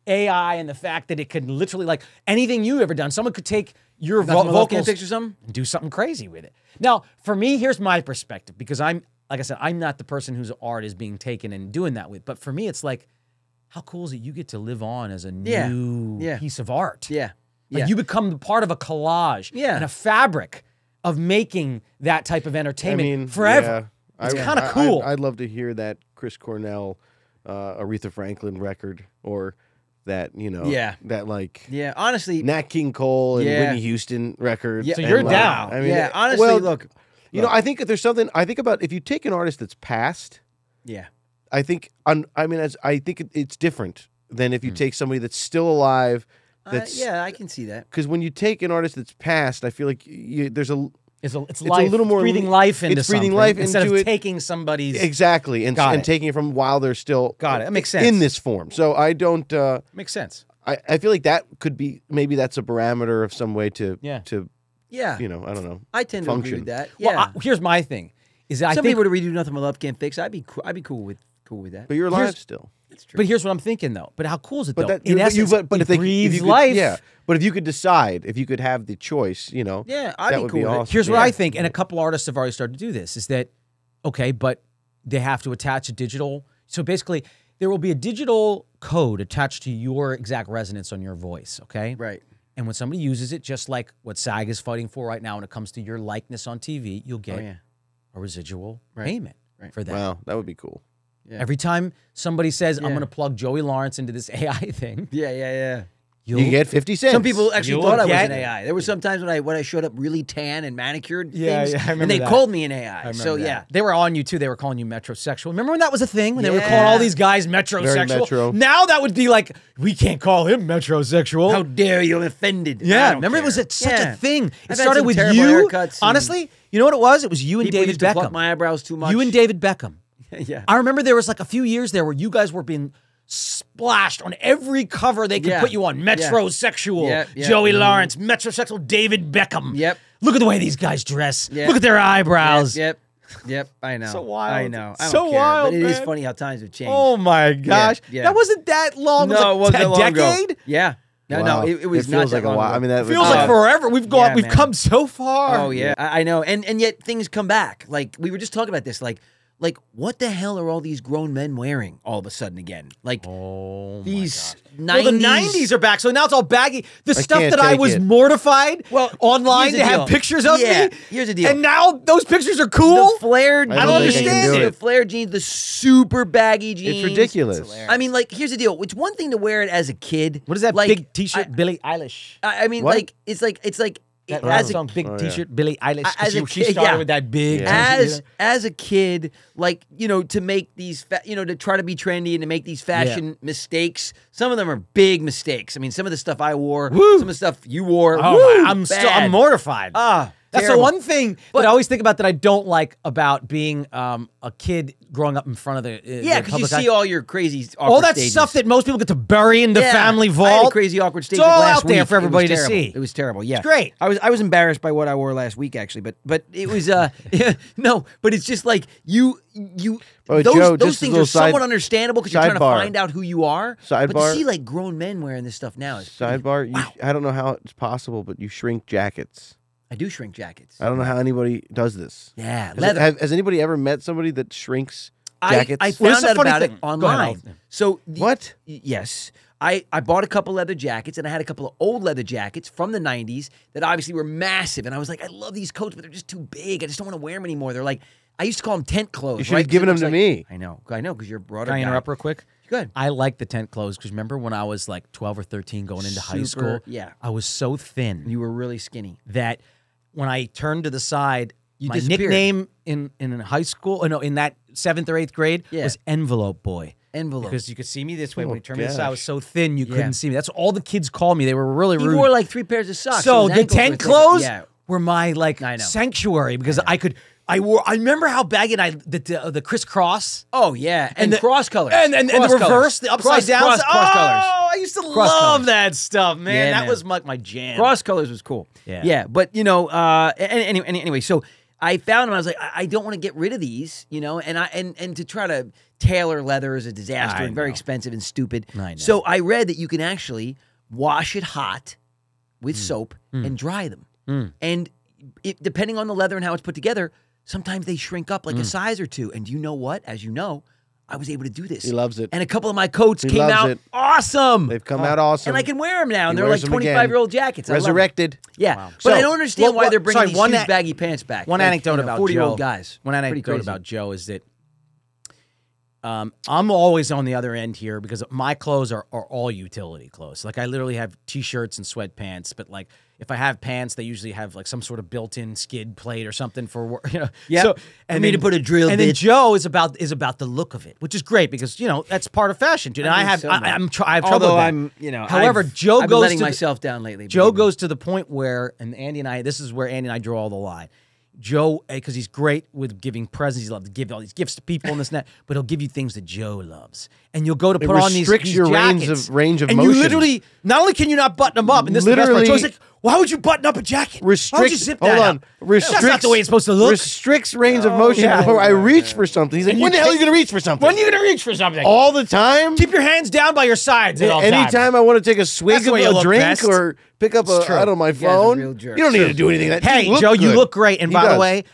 B: AI and the fact that it could literally like anything you've ever done, someone could take your vo-
A: Nothing but looking at
B: vocals
A: pictures of something?
B: and do something crazy with it. Now, for me, here's my perspective because I'm, like I said, I'm not the person whose art is being taken and doing that with. But for me, it's like, how cool is it you get to live on as a
A: Yeah.
B: new
A: Yeah.
B: piece of art?
A: Yeah.
B: Like
A: Yeah.
B: you become the part of a collage
A: Yeah.
B: and a fabric of making that type of entertainment
C: I mean,
B: forever.
C: yeah.
B: It's
C: I-
B: kinda
C: I-
B: cool.
C: I, would love to hear that Chris Cornell, uh, Aretha Franklin record, or that you know,
A: Yeah.
C: that like
A: yeah. Honestly,
C: Nat King Cole and
A: Yeah.
C: Whitney Houston record.
A: Yeah. So
C: and,
B: you're
C: like,
B: down.
C: I mean,
A: Yeah,
C: it-
A: honestly,
C: well,
A: look,
C: you know, I think if there's something I think about if you take an artist that's past,
A: yeah.
C: I think on, I mean, as I think it, it's different than
B: Hmm.
C: if you take somebody that's still alive.
A: Uh,
C: That's
A: yeah, I can see that.
C: Because when you take an artist that's past, I feel like you, there's a
B: It's a, it's
C: a
B: life,
C: little more
B: breathing
C: li-
B: life into
C: it's breathing
B: something
C: life
B: instead
C: into
B: of
C: it.
B: taking somebody's.
C: exactly and,
B: Got
C: and
B: it.
C: taking it from while they're still
B: Got it. That makes
C: in
B: sense.
C: this form. So I don't. Uh,
B: makes sense.
C: I, I feel like that could be maybe that's a parameter of some way to
B: Yeah.
C: to
A: Yeah.
C: you know I don't know.
A: I tend to agree
C: function.
A: with that. Yeah.
B: Well, I- here's my thing: is that I
A: Some
B: think
A: people to redo nothing but love can't fix. I'd be cool. I'd be cool with cool with that.
C: But you're alive still.
A: That's true.
B: But here's what I'm thinking though. But how cool is it
C: But
B: though?
C: that you-
B: In
C: but you-
B: essence,
C: but, but
B: it
C: if they
B: breathes
C: if you could,
B: life.
C: yeah. But if you could decide, if you could have the choice, you know,
A: Yeah, I'd
C: that
A: be
C: would
A: cool
C: be
A: with it.
C: awesome.
B: Here's what
C: Yeah.
B: I think, and a couple artists have already started to do this: is that okay? But they have to attach a digital. So basically, there will be a digital code attached to your exact resonance on your voice. Okay.
A: right.
B: And when somebody uses it, just like what SAG is fighting for right now, when it comes to your likeness on TV, you'll
C: Oh,
B: get
A: yeah.
B: a residual
A: Right.
B: payment
A: Right.
B: for that.
C: Wow, that would be cool.
A: Yeah.
B: Every time somebody says, "I'm
A: Yeah.
B: going to plug Joey Lawrence into this AI thing,"
A: Yeah, yeah, yeah.
B: you'll
C: You get fifty cents.
A: Some people actually
B: You'll
A: thought I was
B: get-
A: an AI. There were some times when I when I showed up really tan and manicured.
B: Yeah,
A: things,
B: yeah, I
A: And
B: remember
A: they
B: that.
A: called me an AI. So
B: remember that.
A: yeah,
B: they were on you too. They were calling you metrosexual. Remember when that was a thing when they were calling
A: Yeah.
B: all these guys metrosexual?
C: metro.
B: Now that would be like we can't call him metrosexual.
A: how dare you? I'm offended. I
B: yeah,
A: don't
B: remember it was
A: care.
B: a, such
A: Yeah.
B: a thing. It
A: I've had
B: started
A: some
B: with
A: terrible
B: you.
A: haircuts and
B: Honestly, you know what it was? It was you and
A: People
B: David
A: used to pluck
B: Beckham.
A: my eyebrows too much.
B: You and David Beckham.
A: yeah.
B: I remember there was like a few years there where you guys were being splashed on every cover they could
A: Yeah.
B: put you on.
A: Yeah.
B: Metrosexual,
A: Yeah, yeah.
B: Joey
A: Mhm.
B: Lawrence, metrosexual David Beckham.
A: Yep.
B: Look at the way these guys dress.
A: Yeah.
B: Look at their eyebrows.
A: Yep. Yep. I know.
B: So wild.
A: I know. I don't
B: So
A: care,
B: wild,
A: But it is
B: man.
A: funny how times have changed.
B: Oh my gosh.
A: yeah.
B: That wasn't that long.
A: no, it wasn't
B: was like
A: that long
B: a
A: ago.
B: decade?
A: Yeah. No,
C: Wow.
A: no, it, it was
C: feels
A: not
C: like
A: that long
C: a while.
A: ago.
C: I mean, that
B: Feels
C: would,
B: like
C: uh,
B: forever. We've gone
A: yeah,
B: we've
A: man.
B: come so far.
A: Oh yeah, I, I know. And and yet things come back. Like we were just talking about this. Like like what the hell are all these grown men wearing all of a sudden again? Like
B: Oh
A: these
B: Well, the
A: 90s,
B: 90s are back, so now it's all baggy. The stuff
C: can't
B: that I
C: take
B: was
C: it.
B: mortified
A: Well,
B: online
A: here's
B: to
A: the
B: have
A: deal.
B: pictures of
A: Yeah,
B: me.
A: here's the deal.
B: And now those pictures are cool.
A: the flared
C: I
A: jeans,
C: don't
B: think they can do
A: the
C: it.
A: flared jeans, the super baggy jeans.
C: It's ridiculous.
A: I mean, like here's the deal. It's one thing to wear it as a kid.
B: What is that
A: like,
B: big T-shirt,
A: I-
B: Billie Eilish?
A: I, I mean,
C: What?
A: like it's like it's like
B: That
A: as a
B: song, big
C: Oh, yeah.
B: T-shirt, Billie Eilish. 'cause
A: As
B: she,
A: a
B: she
A: kid,
B: started
A: yeah.
B: with that big.
C: Yeah.
B: T-shirt, you
A: as as a kid, like you know, to make these fa- you know to try to be trendy and to make these fashion mistakes. Some of them are big mistakes. I mean, some of the stuff I wore, some of the stuff you wore.
B: know? Oh,
A: woo,
B: my- I'm so,
A: bad.
B: I'm mortified.
A: Ah,
B: That's
A: terrible.
B: the one thing that I always think about that I don't like about being um, a kid growing up in front of the uh,
A: Yeah,
B: the
A: because you
B: public eye.
A: see all your crazy
B: all
A: awkward
B: that
A: stages.
B: stuff that most people get to bury in the
A: Yeah.
B: family vault.
A: I had a crazy awkward stage.
B: It's all
A: last
B: out there
A: week.
B: for
A: It was
B: everybody to
A: terrible.
B: see.
A: It was terrible. Yeah,
B: great.
A: I was I was embarrassed by what I wore last week actually, but but it was uh yeah, no, but it's just like you you
C: Oh,
A: those
C: Joe,
A: those
C: just a
A: things
C: little
A: are somewhat
C: side-
A: understandable because you're trying to
C: sidebar.
A: find out who you are. but to
C: Sidebar.
A: see like grown men wearing this stuff now, is,
C: sidebar. You, I don't know how it's possible, but you shrink jackets.
A: I do shrink jackets.
C: I don't know how anybody does this.
A: Yeah,
C: Has,
A: leather.
C: have- has anybody ever met somebody that shrinks
A: I,
C: jackets?
A: I
B: Well, this
A: found
B: is a
A: out
B: funny
A: about
B: thing.
A: it
B: Go ahead,
A: online.
B: I'll-
A: so the-
C: What?
A: y- Yes, I I bought a couple leather jackets and I had a couple of old leather jackets from the '90s that obviously were massive, and I was like, I love these coats, but they're just too big. I just don't want to wear them anymore. They're like I used to call them tent clothes.
C: You should
A: right?
C: have
A: 'Cause it
C: given them
A: looks
C: to
A: like-
C: me.
A: I know, I know, because you're a broader.
B: Can I
A: guy.
B: interrupt real quick?
A: Good.
B: I like the tent clothes because remember when I was like 12 or 13 going into high
A: Super-
B: school?
A: yeah.
B: I was so thin
A: You were really skinny.
B: that when I turned to the side, my
A: disappeared.
B: nickname in, in high school, oh no, in that seventh or eighth grade
A: Yeah.
B: was Envelope Boy.
A: Envelope.
B: Because you could see me this way.
C: Oh,
B: when you turned me to the side, I was
C: gosh.
B: so thin you
A: Yeah.
B: couldn't see me. That's all the kids called me. They were really
A: he
B: rude.
A: wore like three pairs of socks. his
B: so
A: ankles
B: the
A: were
B: tent
A: thicker.
B: clothes
A: Yeah.
B: were my like
A: I know.
B: sanctuary because I, could I wore. I remember how baggy and I the the, the crisscross
A: Oh yeah, and,
B: the-
A: cross colors,
B: and and, and the
A: Cross colors.
B: reverse, the upside
A: Cross-
B: down.
A: cross, cross
B: oh,
A: colors.
B: I used to
A: Cross
B: love
A: colors.
B: that stuff, man.
A: Yeah,
B: that
A: man.
B: was my, my jam.
A: Cross colors was cool.
B: Yeah.
A: yeah, but you know, uh, anyway, anyway, so I found them. I was like, I, I don't want to get rid of these, you know, and I and and to try to tailor leather is a disaster
B: I
A: and very
B: know.
A: expensive and stupid.
B: I know.
A: So I read that you can actually wash it hot with
C: Mm.
A: soap and dry them, and it, depending on the leather and how it's put together, sometimes they shrink up like
C: Mm.
A: a size or two. And do you know what? As you know, I was able to do this.
C: He loves it.
A: And a couple of my coats
C: He
A: came
C: loves
A: out
C: it.
A: awesome.
C: They've
B: oh,
C: come out awesome.
A: and I can wear them now,
C: He
A: and they're
C: wears
A: like
C: them again.
A: 25 year old jackets. I love 'em.
C: Resurrected.
A: Yeah,
B: So-
A: but I don't understand
B: well,
A: why
B: well,
A: they're bringing
B: sorry,
A: these
B: one
A: huge
B: a-
A: baggy pants back.
B: One
A: Like,
B: anecdote
A: you know,
B: about
A: year
B: Joe-
A: old guys.
B: One
A: Pretty
B: anecdote
A: crazy.
B: about Joe is that um, I'm always on the other end here because my clothes are, are all utility clothes. Like I literally have t-shirts and sweatpants, but like if I have pants, they usually have like some sort of built-in skid plate or something for work. You know,
A: Yep.
B: So
A: For me to put a drill
B: And then
A: bit.
B: Joe is about is about the look of it, which is great because you know that's part of fashion, dude. And I,
A: mean,
B: have
A: so
B: I,
A: much.
B: I'm tr- I have trouble.
A: Although
B: with that.
A: I'm, you know,
B: however,
A: I've-
B: Joe
A: I've been
B: goes
A: letting
B: to the-
A: myself down lately.
B: Joe
A: believe me.
B: goes to the point where, and Andy and I, this is where Andy and I draw the line. Joe, because he's great with giving presents, he loves to give all these gifts to people and this and that, but he'll give you things that Joe loves, and you'll go to put on these,
C: restricts
B: these
C: your range
B: jackets,
C: of- range of
B: and you
C: motion.
B: literally not only can you not button them up, and this is the best part.
C: Literally-
B: Joe's like, why would you button up a jacket? why would you
C: Restricts.
B: zip
C: hold
B: that
C: on.
B: up?
C: Restricts.
B: That's not the way it's supposed to look. Oh,
C: Restricts range of motion
B: yeah.
C: before I reach for something. He's like, when the hell are you going to reach for something?
B: when are you gonna reach for something?
C: All the time?
B: Keep your hands down by your sides at all
C: Anytime
B: times.
C: I want to take a swig
B: That's the
C: of
B: way you
C: a
B: look
C: drink
B: best.
C: or pick up a,
B: true.
C: I don't know, my
A: a
C: phone,
A: real
C: you
A: jerk.
C: don't need to do anything. That
B: Hey,
C: you look
B: Joe, you
C: good.
B: look great. And
C: He
B: by the
C: does.
B: way,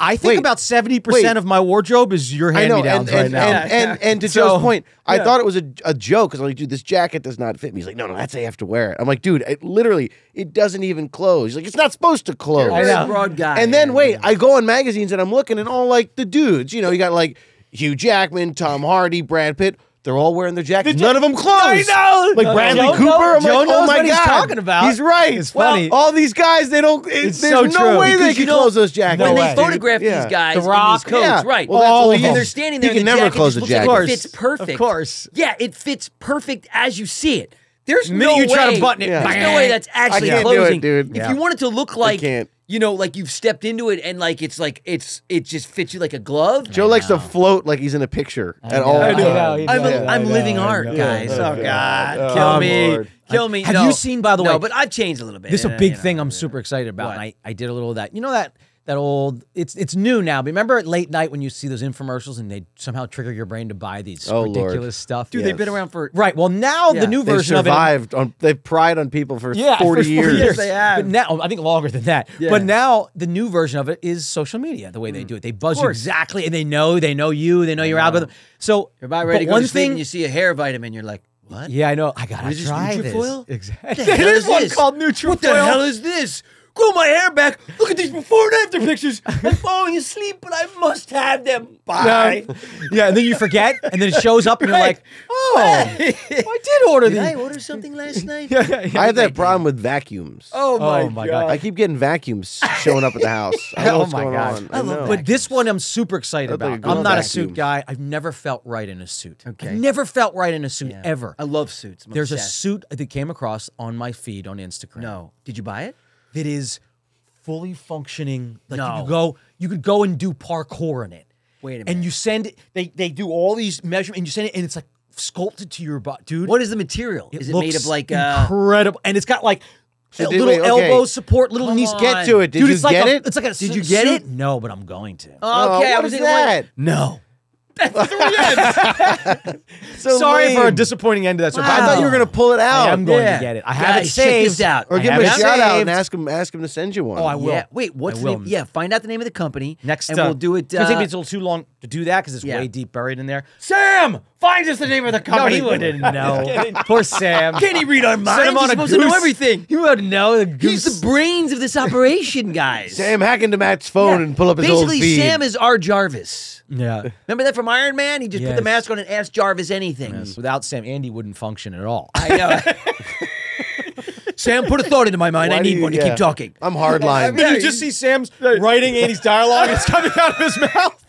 B: I think
C: Wait.
B: about seventy
C: Wait.
B: percent of my wardrobe is your
C: I
B: hand
C: know,
B: me
C: and,
B: downs
C: and,
B: right
C: and,
B: now.
C: and, and to
B: So-
C: Joe's point, I
B: Yeah.
C: thought it was a, a joke because I'm like, dude, this jacket does not fit me. He's like, no, no, that's how you have to wear it. I'm like, dude, it literally, it doesn't even close. He's like, it's not supposed to close.
A: Very
B: know.
A: broad guy.
C: And then
A: man.
C: wait, I go on magazines and I'm looking and all like the dudes, you know, you got like Hugh Jackman, Tom Hardy, Brad Pitt. They're all wearing their jackets. None of them close.
B: I know.
C: Like
B: No,
C: Bradley
B: Joe
C: Cooper.
B: knows-
C: I'm
B: Joe
C: like, oh
B: knows
C: my
B: what
C: god,
B: he's talking about.
C: He's right.
B: It's
C: Well,
B: funny.
C: all these guys, they don't. It,
B: It's
C: there's
B: so
C: no
B: true.
C: way they
A: Because
C: can
A: you know,
C: close those jackets.
A: when
B: No
A: they
B: way.
A: photograph
C: Yeah.
A: these guys
B: The
A: in
B: Rock,
A: these coats,
C: yeah.
A: right?
C: Well, that's
B: all of
A: and
B: them.
A: they're standing
C: He
A: there.
C: can
A: and the
C: never
A: jacket
C: close
A: just
C: the
A: looks like
B: jacket.
A: It fits
B: Of
A: perfect.
B: course.
A: Yeah, it fits perfect as you see it. There's
B: The minute
A: no
B: you try to
A: way-
B: button it,
A: There's
B: bang.
A: no way that's actually
C: can't do it,
A: closing,
C: dude.
A: If
C: Yeah.
A: you want it to look like,
C: can't.
A: you know, like you've stepped into it and like it's like it's it just fits you like a glove.
C: Joe likes to float like he's in a picture at all.
B: I know,
C: times.
B: he
A: I'm,
B: does. I
A: I'm
B: know,
A: living
B: I
A: art,
B: know.
A: guys.
B: Yeah.
A: Oh
B: Yeah.
A: God,
C: Oh,
A: kill me,
C: Lord.
A: kill me.
B: Have
A: No.
B: you seen, by the
A: No,
B: way-
A: but I've changed a little bit.
B: This is a
A: Yeah,
B: big
A: you know.
B: thing I'm super excited about.
A: What?
B: And I, I did a little of that. You know that that old it's it's new now. But remember at late night when you see those infomercials and they somehow trigger your brain to buy these
C: Oh, Lord.
B: ridiculous stuff.
A: Dude,
B: Yeah.
A: they've been around for
B: right. Well, now
A: Yeah.
B: the new
C: They've
B: version of it.
C: survived on. They've pried on people for
B: Yeah, for
C: 40 years.
A: years. They have.
B: But now I think longer than that.
A: Yeah.
B: But now the new version of it is social media. The way they do it, they buzz you
A: course.
B: exactly, and they know they know you, they know your algorithm. So
A: You're about ready
B: but
A: to go
B: one
A: to sleep
B: thing,
A: and you see a hair vitamin, you're like, what?
B: yeah, I know. I gotta
A: What is this,
B: try this.
A: Nutrifoil?
B: Exactly.
A: What the hell
B: There's
A: is
B: one
A: this?
B: called Nutrifoil.
A: What the hell is this? Grow my hair back. Look at these before and after pictures. I'm falling asleep, but I must have them. Bye.
B: No. yeah, and then you forget, and then it shows up, and you're
A: Right.
B: like, "Oh, I did order
A: Did I
B: these."
A: order something last night?
C: I have that problem with vacuums.
A: Oh my,
B: Oh my God.
A: god.
C: I keep getting vacuums showing up at the house. I don't know
B: Oh
C: what's
B: my
C: going
B: gosh.
C: on.
A: I love
C: know.
B: But this one, I'm super excited
C: I'd like
B: about.
C: a
B: I'm
C: good
B: not a
C: vacuum.
B: suit guy. I've never felt right in a suit.
A: Okay.
B: I've never felt right in a suit ever.
A: I love suits. I'm
B: There's a
A: obsessed.
B: suit that came across on my feed on Instagram.
A: No. Did you buy it?
B: that is fully functioning. Like you
A: No.
B: could go, you could go and do parkour in it.
A: Wait a
B: And
A: minute.
B: you send they they do all these measurements, and you send it, and it's like sculpted to your butt, dude.
A: What is the material? Is it made
B: looks
A: of like uh
B: incredible, and it's got like a
C: did-
B: little
C: wait, okay.
B: elbow support, little
A: Come
B: knees.
A: on.
C: Get to it. Did
B: dude,
C: you
B: it's like
C: get
B: a-
C: it?
B: It's like a. Did
A: you get it?
B: No, but I'm going to.
C: Oh,
A: Okay, I
C: what
A: was
C: is
A: in one-
C: that?
B: no.
C: So
B: Sorry for a
C: lame.
B: disappointing end to that. So
C: I thought you were going to pull it out.
B: I am going
A: Yeah.
B: to get it. I have
A: Guys,
B: it
A: check
B: saved
A: this out.
C: or
B: I
C: give
B: have
C: him a
B: it
C: shout out
B: saved.
C: and ask him ask him to send you one.
B: Oh, I will.
A: Yeah. Wait, what's
B: I
A: the
B: will.
A: name? Yeah, find out the name of the company.
B: Next,
A: and
B: uh,
A: we'll do it.
B: It's gonna take
A: uh,
B: me a little too long to do that because it's
A: Yeah.
B: way deep buried in there.
A: Sam, find us the name of the company.
B: No, he wouldn't know. Poor Sam.
A: Can he read our minds?
B: Send him on
A: He's
B: a
A: supposed
B: goose.
A: to know everything.
B: You would know the goose.
A: He's the brains of this operation, guys.
C: Sam hack into Matt's phone
A: Yeah.
C: and pull up his old
A: Basically,
C: feed.
A: Sam is our Jarvis.
B: yeah.
A: Remember that from Iron Man? He just put the
B: Yes.
A: mask on and asked Jarvis anything.
B: Without Sam, Andy wouldn't function at all.
A: I know. Sam, put a thought into my mind.
C: Why
A: I
C: do
A: need
C: you-
A: one to
C: yeah.
A: keep talking.
C: I'm hardline.
A: Yeah,
B: you just see Sam's writing Andy's dialogue. It's coming out of his mouth.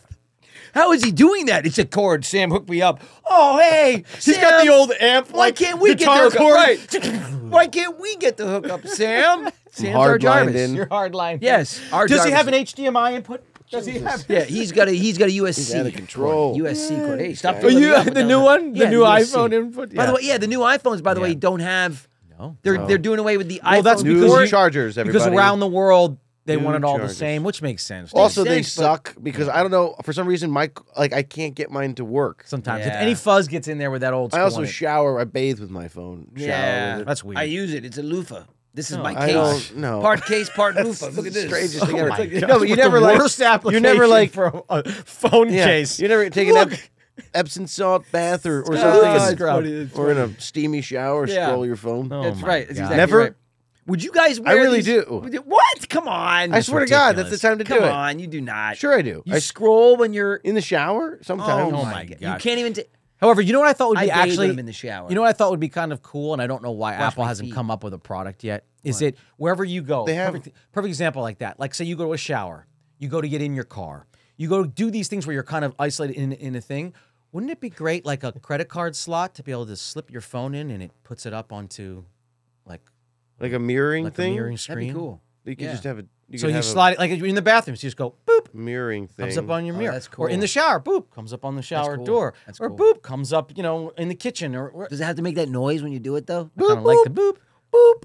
A: How is he doing that? It's a chord. Sam, hook me up. Oh, hey.
B: He's got
A: Sam,
B: the old amp.
A: Why
B: like,
A: can't we get the
B: guitar
A: hookup?
B: chord.
A: Right. why can't we get the hookup, Sam? Sam's our
C: hardlined
A: Jarvis.
C: in.
B: Your hard line.
A: Yes, our
B: Does he
A: Jarvis.
B: have an HDMI input? Does he have?
A: Yeah, he's got a he's got a USC.
C: out of control.
A: Code, USC code. Hey, stop.
C: Are
A: filling
D: you-
A: me up with
D: the
A: that
D: new one? The
A: Yeah,
D: new
A: USC.
D: iPhone input?
A: By the
D: Yeah.
A: way, yeah, the new iPhones. By the way, don't have.
B: No.
A: They're they're doing away with the iPhone.
B: Well, that's
C: New
B: because you-
C: Chargers,
B: Because
C: everybody.
B: around the world, they
C: New
B: want it all
C: charges.
B: the same, which makes sense.
C: Also, they
A: sense, but-
C: suck because I don't know for some reason my like I can't get mine to work.
B: sometimes
A: Yeah.
B: if any fuzz gets in there with that old,
C: I also
B: squonk-
C: shower. I bathe with my phone. Shower
A: yeah,
C: with it.
B: That's weird.
A: I use it. It's a loofah. This is my
C: I
A: case.
C: don't know.
A: Part case, part loofah. Look at this.
C: Strangest thing
B: Oh
C: ever.
B: my
C: It's like-
B: gosh,
C: no, but you
B: what the
C: never like
B: worst
C: you
B: application
C: never like
B: for a, a phone
C: yeah,
B: case.
C: You never take an
B: Look.
C: Ep- Epsom salt bath or, or
B: Ah,
C: something,
B: it's
C: and-
B: funny, it's
C: or in a steamy shower.
A: Yeah.
C: Scroll your phone.
B: Oh
A: That's
B: my
A: right. That's
B: God.
A: exactly
C: Never?
A: right. Would you guys? Wear
C: really
A: these-
C: do.
A: Would you- What? Come on.
C: I swear to God, that's the
B: ridiculous.
C: time to
A: Come
C: do it.
A: on, you do not.
C: Sure, I do.
A: You
C: I s-
A: scroll when you're.
C: in the shower
A: Oh,
C: sometimes.
A: my
B: my
A: God. You
B: gosh.
A: can't even. T-
B: However, you know what I thought would
A: I
B: be
A: bathe when
B: actually
A: I'm in the shower.
B: You know what I thought would be kind of cool, and I don't know why Apple
A: my
B: hasn't
A: feet.
B: come up with a product yet. Is it wherever you go?
C: They have-
B: perfect, perfect example like that. Like say you go to a shower, you go to get in your car, you go do these things where you're kind of isolated in in a thing. Wouldn't it be great, like a credit card slot, to be able to slip your phone in and it puts it up onto, like
C: Like a mirroring
B: like
C: thing.
B: a mirroring
A: That'd
B: screen?
A: be cool.
C: You can
A: Yeah.
C: just have a. You
B: So
C: can
B: you
C: have a
B: slide it like in the bathroom. So you just go boop,
C: mirroring thing.
B: comes up on your
A: Oh,
B: mirror.
A: that's
B: Or in
A: cool.
B: the shower, boop comes up on the shower
A: cool.
B: door.
A: That's
B: or
A: cool.
B: boop comes up, you know, in the kitchen. Or, or
A: Does it have to make that noise when you do it though?
B: I kind of like the boop boop.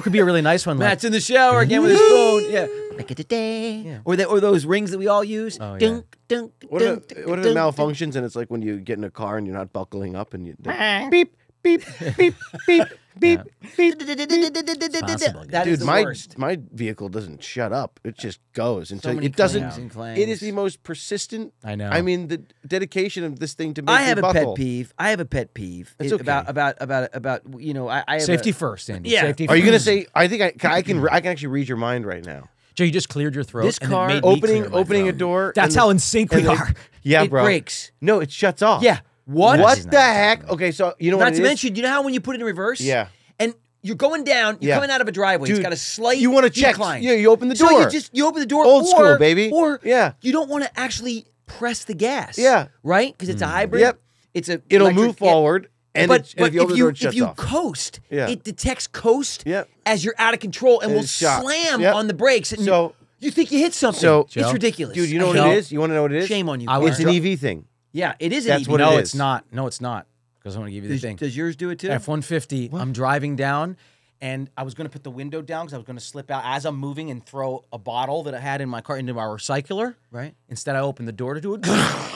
B: Could be a really nice one. like-
A: Matt's in the shower again with his phone. Yeah. Like it today. Or the, or those rings that we all use.
B: Oh, yeah.
A: Dunk, dunk,
C: What
A: dunk,
C: if,
A: dunk,
C: what if it
A: dunk, dunk.
C: malfunctions and it's like when you get in a car and you're not buckling up and you they- beep beep beep beep beep beep.
B: possible,
A: That is
C: Dude,
A: the
C: my
A: worst.
C: my vehicle doesn't shut up. It just goes until
A: many
C: it doesn't.
A: claims and claims.
C: It is the most persistent.
B: I know.
C: I mean, the dedication of this thing to make
A: I
C: you
A: have a
C: buckle.
A: pet peeve. I have a pet peeve.
C: It's
A: It- About
C: okay.
A: about about about you know I, I have
B: Safety
A: A,
B: first, Andy.
A: Yeah.
B: Safety
C: Are you gonna
B: first.
C: say? I think I can. I can, re- I can actually read your mind right now.
B: Joe? You just cleared your throat.
A: This
B: and it
A: car-
B: made me
C: Opening
B: clear my
C: opening a
B: throat.
C: door.
B: That's
C: and
B: how
C: the-
B: insane we
C: and the-
B: are.
C: Yeah,
A: It
C: bro.
A: breaks.
C: No, it shuts off.
A: yeah. What?
C: What
B: not what
C: the
B: I'm
C: heck? Okay, so you know what
A: Not
C: it
A: to
C: is?
A: mention, you know how when you put it in reverse.
C: Yeah.
A: And you're going down. You're
C: Yeah.
A: coming out of a driveway.
C: Dude,
A: it's got a slight.
C: you wanna check.
A: Decline.
C: Yeah, you open the
A: So
C: door.
A: you just you open the door.
C: Old
A: or-
C: school, baby.
A: Or
C: Yeah.
A: you don't want to actually press the gas.
C: Yeah.
A: Right? Because
B: Hmm.
A: it's a hybrid.
C: Yep.
A: It's a.
C: It'll
A: electric-
C: move
A: yeah.
C: forward, and,
A: but,
C: it's,
A: but
C: and if you open the door, it shuts
A: if you
C: off.
A: coast,
C: Yeah.
A: it detects coast
C: Yep.
A: as you're out of control and
C: And
A: will
C: it's shot.
A: slam
C: Yep.
A: on the brakes. And
C: So-
A: you, you think you hit something?
C: So-
B: Joe?
A: it's ridiculous,
C: Dude, you know
A: I
C: what
A: hate
C: it is? You want to know what it is?
A: Shame on you.
B: I
A: Carl.
B: was-
C: It's an EV thing.
A: yeah, it is. An
C: That's
A: EV.
C: what it
B: no,
C: is.
B: it's not. No, it's not. Because I'm going to give you the
A: Does,
B: thing.
A: does yours do it too?
B: F one fifty. I'm driving down, and I was going to put the window down because I was going to slip out as I'm moving and throw a bottle that I had in my car into my recycler.
A: Right.
B: Instead, I opened the door to do it.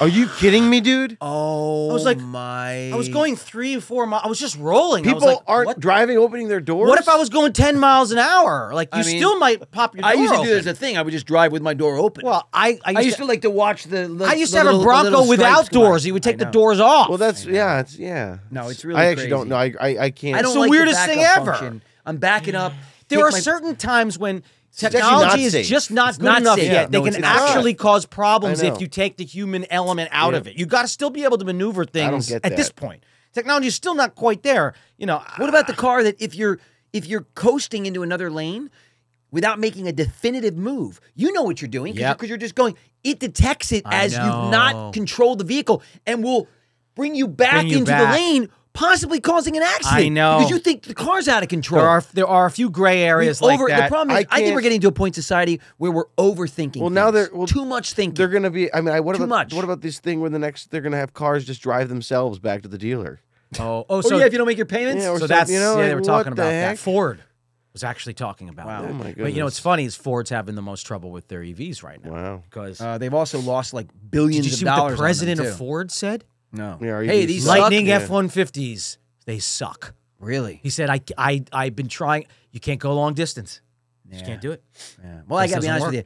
C: Are you kidding me, dude?
A: Oh, I
B: was like-
A: my.
B: I was going three and four miles. I was just rolling. I was
C: People
B: like,
C: aren't
B: What,
C: driving, opening their doors.
B: what if I was going ten miles an hour? Like you
A: I mean,
B: still might pop your.
A: I
B: door
A: used to do
B: open.
A: this as a thing. I would just drive with my door open.
B: Well, I I used,
A: I used to, like to watch the. the
B: I used
A: the
B: to have
A: little-
B: a
A: the
B: Bronco
A: little stripes
B: without
A: come out.
B: doors. He would take
A: I
B: the
A: know.
B: doors off.
C: Well, that's yeah, it's yeah.
A: No, it's really
C: I actually
A: crazy.
C: don't know. I I, I can't.
A: I don't
B: the
A: like
B: weirdest
A: backup
B: thing ever.
A: function. I'm backing up.
B: there
A: take
B: are
A: my-
B: certain times when
C: actually not
B: technology is
C: safe.
B: just not
A: It's
B: good
A: not
B: enough
A: safe.
B: yet.
A: No,
B: they
A: it's
B: can
A: not.
B: actually cause problems
C: I
B: if
C: know.
B: you take the human element out of it. You got to still be able to maneuver things
C: get
B: at this
C: that.
B: point. Technology is still not quite there. You know,
A: What about the car that if you're if you're coasting into another lane without making a definitive move, you know what you're doing because
B: Yep.
A: you're, just going. It detects it
B: I
A: as you've
B: know.
A: not controlled the vehicle and will bring you back
B: Bring you
A: into
B: back.
A: the lane, possibly causing an accident.
B: know.
A: because you think the car's out of control.
B: there are there are a few gray areas
A: We
B: like
A: over- The
B: that.
A: problem is,
C: I
A: I, think
C: can't-
A: we're getting to a point in society where we're overthinking.
C: Well, now
A: things.
C: they're- well,
A: too much thinking.
C: They're gonna be. I mean, I, what
A: Too
C: about
A: much.
C: what about this thing where the next they're gonna have cars just drive themselves back to the dealer?
B: oh, oh,
A: oh
B: so
A: yeah, if you don't make your payments,
C: Yeah, or
B: so
C: something,
B: that's
C: you know,
B: yeah, they
C: like,
B: were
C: what
B: talking
C: the
B: about that.
C: heck?
B: Ford was actually talking about that.
C: Oh, my
B: But you know
C: goodness.
B: what's funny is Ford's having the most trouble with their EVs right now.
C: Wow.
B: Because
A: uh, they've also lost like
B: did
A: billions
B: you
A: of
B: see
A: dollars.
B: what the
A: on them,
B: president
A: too.
B: of Ford said?
A: No.
C: Yeah,
A: hey,
C: EVs
A: these
C: suck.
B: Lightning
A: suck.
B: F one fifties, they suck.
A: Really?
B: He said, I, I, I've been trying. You can't go long distance. You just can't do it.
A: Yeah. Well, I
B: This
A: gotta be
B: doesn't
A: honest with you.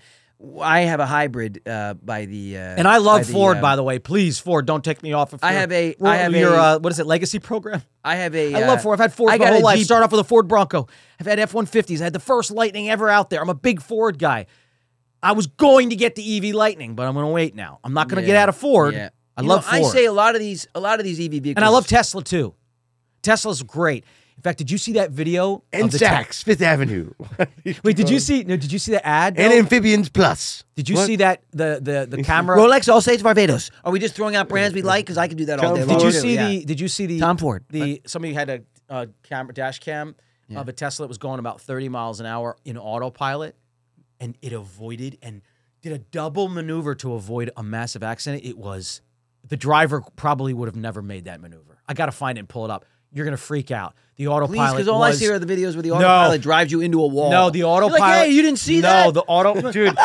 A: I have a hybrid uh, by the. Uh,
B: And I love Ford,
A: uh,
B: by the way. Please, Ford, don't take me off of
A: I
B: your-
A: have a-
B: ro-
A: I have
B: your,
A: a-
B: uh, what is it, legacy program?
A: I have a.
B: I
A: uh,
B: love Ford. I've had Ford
A: I
B: my
A: got
B: whole
A: a
B: life.
A: Jeep.
B: Start off with a Ford Bronco. I've had F 150s. I had the first Lightning ever out there. I'm a big Ford guy. I was going to get the EV Lightning, but I'm going to wait now. I'm not going to
A: Yeah.
B: get out of Ford.
A: Yeah.
B: I
A: You
B: love
A: know,
B: Ford.
A: I say a lot of these, a lot of these EV vehicles.
B: and I love Tesla too. Tesla's great. In fact, did you see that video?
C: And
B: of the Te-
C: Saks Fifth Avenue.
B: Wait, did you see? No, did you see the ad?
C: and
B: though?
C: amphibians plus.
B: Did you see that the the the camera?
A: Rolex, All States, Barbados. Are we just throwing out brands we like? Because I can do that all
C: Tom
A: day long.
B: Did you
C: Ford.
A: too.
B: see
A: Yeah.
B: the? Did you see the
A: Tom Ford.
B: The somebody had a, uh camera dash cam of a Tesla that was going about thirty miles an hour in autopilot, and it avoided and did a double maneuver to avoid a massive accident. It was the driver probably would have never made that maneuver. I got to find it and pull it up. You're gonna freak out. The autopilot.
A: Please, because all I
B: was-
A: see are the videos where the autopilot drives you into a wall.
B: No, the
A: You're like,
B: autopilot.
A: hey, you didn't see
B: no,
A: that?
B: the auto, dude,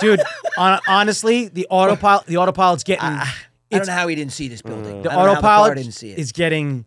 B: dude. hon- honestly, the autopilot, the autopilot's getting.
A: I don't
B: it's-
A: know how he didn't see this
C: Mm.
A: building.
B: the
A: Ah, I don't know how car
B: autopilot
A: didn't see it.
B: is getting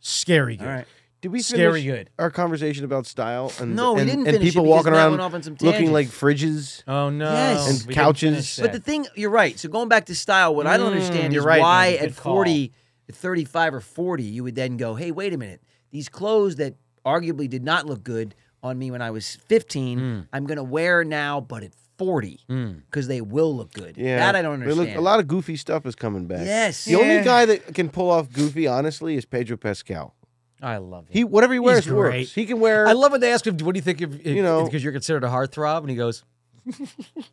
B: scary good.
A: All right.
C: Did we
B: Scary
C: finish
B: good.
C: our conversation about style and
A: No, we
C: and,
A: didn't
C: and
A: finish it
C: people
A: because
C: walking
A: Matt
C: around
A: went off on some
C: looking
A: tangents.
C: like fridges?
B: Oh no!
A: Yes.
C: And
B: We didn't
C: couches.
B: finish
A: But
B: that.
A: the thing, you're right. So going back to style, what I
C: Mm,
A: don't understand
B: you're
A: is
B: right, man.
A: why
B: Good
A: at
B: call.
A: 40, at 35 or 40, you would then go, hey, wait a minute. These clothes that arguably did not look good on me when I was 15,
C: Mm.
A: I'm going to wear now, but at 40, because they will look good.
C: Yeah,
A: That I don't
C: They look-
A: understand.
C: a lot of goofy stuff is coming back.
A: Yes.
C: the only guy that can pull off goofy, honestly, is Pedro Pascal.
B: I love it.
C: He whatever he wears
B: great.
C: works. He can wear.
B: I love when they ask him, "What do you think of
C: You know-
B: because you're considered a heartthrob?" And he goes,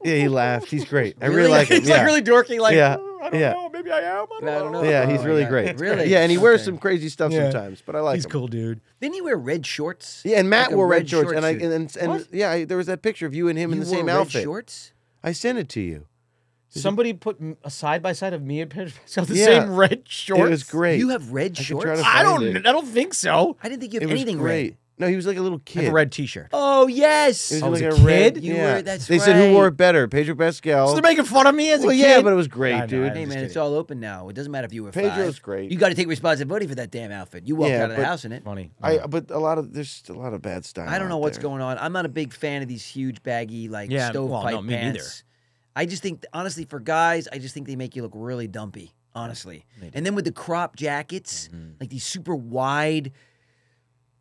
C: yeah, he laughed. He's great. I really like him.
B: He's
C: yeah.
B: like really dorky, like
C: Yeah.
B: "Oh, I don't
C: Yeah.
B: know, maybe I am. I don't,
A: I don't
B: know.
A: know.
C: yeah,
A: Oh
C: he's
A: my
C: really
A: God.
C: great.
A: Really?
C: Yeah, and he wears
A: Okay.
C: some crazy stuff
B: Yeah.
C: sometimes, but I like
B: He's
C: him.
B: cool, dude.
A: Didn't he wear red shorts?
C: Yeah, and Matt
A: Like a
C: wore red,
A: red
C: shorts,
A: short
C: and I
A: suit.
C: and and, and
A: What?
C: yeah, I, there was that picture of you and him in
A: You
C: the
A: wore
C: same
A: red
C: outfit.
A: shorts?
C: I sent it to you.
B: Somebody put m- a side by side of me and Pedro Pascal, the
C: Yeah.
B: same red shorts.
C: It was great.
A: You have red
C: I could
A: shorts?
C: try to
A: I,
B: I don't.
C: Find it.
B: I don't think so.
A: didn't think you
C: it
A: had
C: was
A: anything
C: great.
A: red.
C: No, he was like a little
B: I
C: kid.
B: have a red T-shirt.
A: Oh, yes.
C: It
B: Oh,
C: was
B: as
C: like
B: a
C: a red.
B: kid?
A: You
C: yeah.
A: were- that's
C: they said who wore
A: right.
C: it better, Pedro Pascal.
B: So they're making fun of me as a
C: well,
B: kid.
C: yeah, but it was great,
B: I know,
C: dude.
B: I
A: Hey man,
B: Just kidding.
A: it's all open now. It doesn't matter if you were
C: Pedro's
A: five.
C: great.
A: You got to take responsibility for that damn outfit. You walked
C: Yeah,
A: out of the
C: but-
A: house in it.
B: funny.
C: I but a lot of there's just a lot of bad style.
A: I don't know
C: out
A: what's
C: there.
A: going on. I'm not a big fan of these huge baggy like
B: Yeah, well,
A: stovepipe
B: no, me neither.
A: pants. I just think honestly for guys, I just think they make you look really dumpy, honestly. And then with the crop jackets,
B: Mm-hmm.
A: like these super wide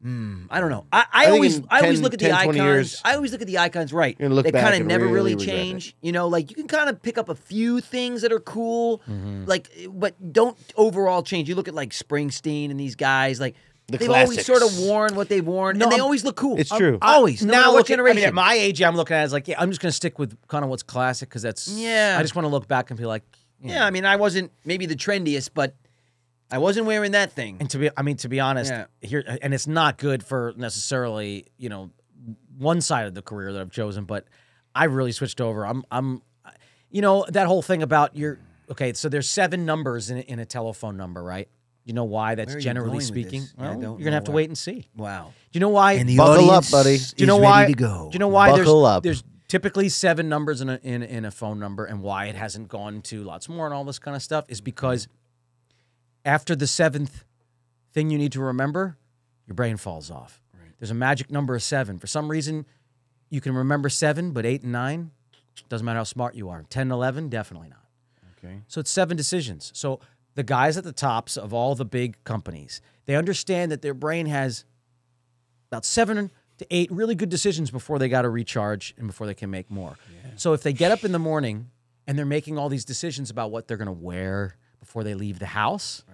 A: Mm, I don't know. I, I,
C: think
A: always
C: in
A: I always
C: 10,
A: look at
C: 10,
A: the
C: 20
A: icons.
C: years,
A: I always look at the icons right.
C: you're gonna look
A: they
C: back
A: kinda
C: and
A: never really
C: really regret it.
A: change. You know, like you can kind of pick up a few things that are cool,
B: Mm-hmm.
A: like but don't overall change. You look at like Springsteen and these guys, like
C: The
A: they've always sort of
C: classics.
A: worn what they've worn,
B: No,
A: and they
B: I'm-
A: always look cool.
C: It's true.
A: Always. No now what
B: looking-
A: generation.
B: I mean, at my age, I'm looking at it as like, yeah, I'm just gonna stick with kind of what's classic because that's.
A: Yeah.
B: I just want to look back and be like, you know.
A: yeah, I mean, I wasn't maybe the trendiest, but I wasn't wearing that thing.
B: And to be, I mean, to be honest,
A: Yeah.
B: here and it's not good for necessarily, you know, one side of the career that I've chosen, but I really switched over. I'm, I'm, you know, that whole thing about your okay. So there's seven numbers in, a- in a telephone number, right? You know why? That's
A: Where are you
B: generally
A: going with
B: speaking.
A: this? I don't
B: you're
A: know
B: gonna have to
A: why.
B: wait and see. Do
A: Wow.
B: you know why?
A: And the
C: Buckle up,
A: audience
C: buddy.
A: Is
B: do you know
A: ready
B: why?
A: to go.
B: Do you know why?
C: Buckle
B: there's,
C: up.
B: There's typically seven numbers in a in, in a phone number, and why it hasn't gone to lots more and all this kind of stuff is because after the seventh thing you need to remember, your brain falls off. There's a magic number of seven. For some reason, you can remember seven, but eight and nine doesn't matter how smart you are. Ten and eleven, definitely not.
C: Okay.
B: So it's seven decisions. So the guys at the tops of all the big companies, they understand that their brain has about seven to eight really good decisions before they got to recharge and before they can make more. So if they get up in the morning and they're making all these decisions about what they're going to wear before they leave the house,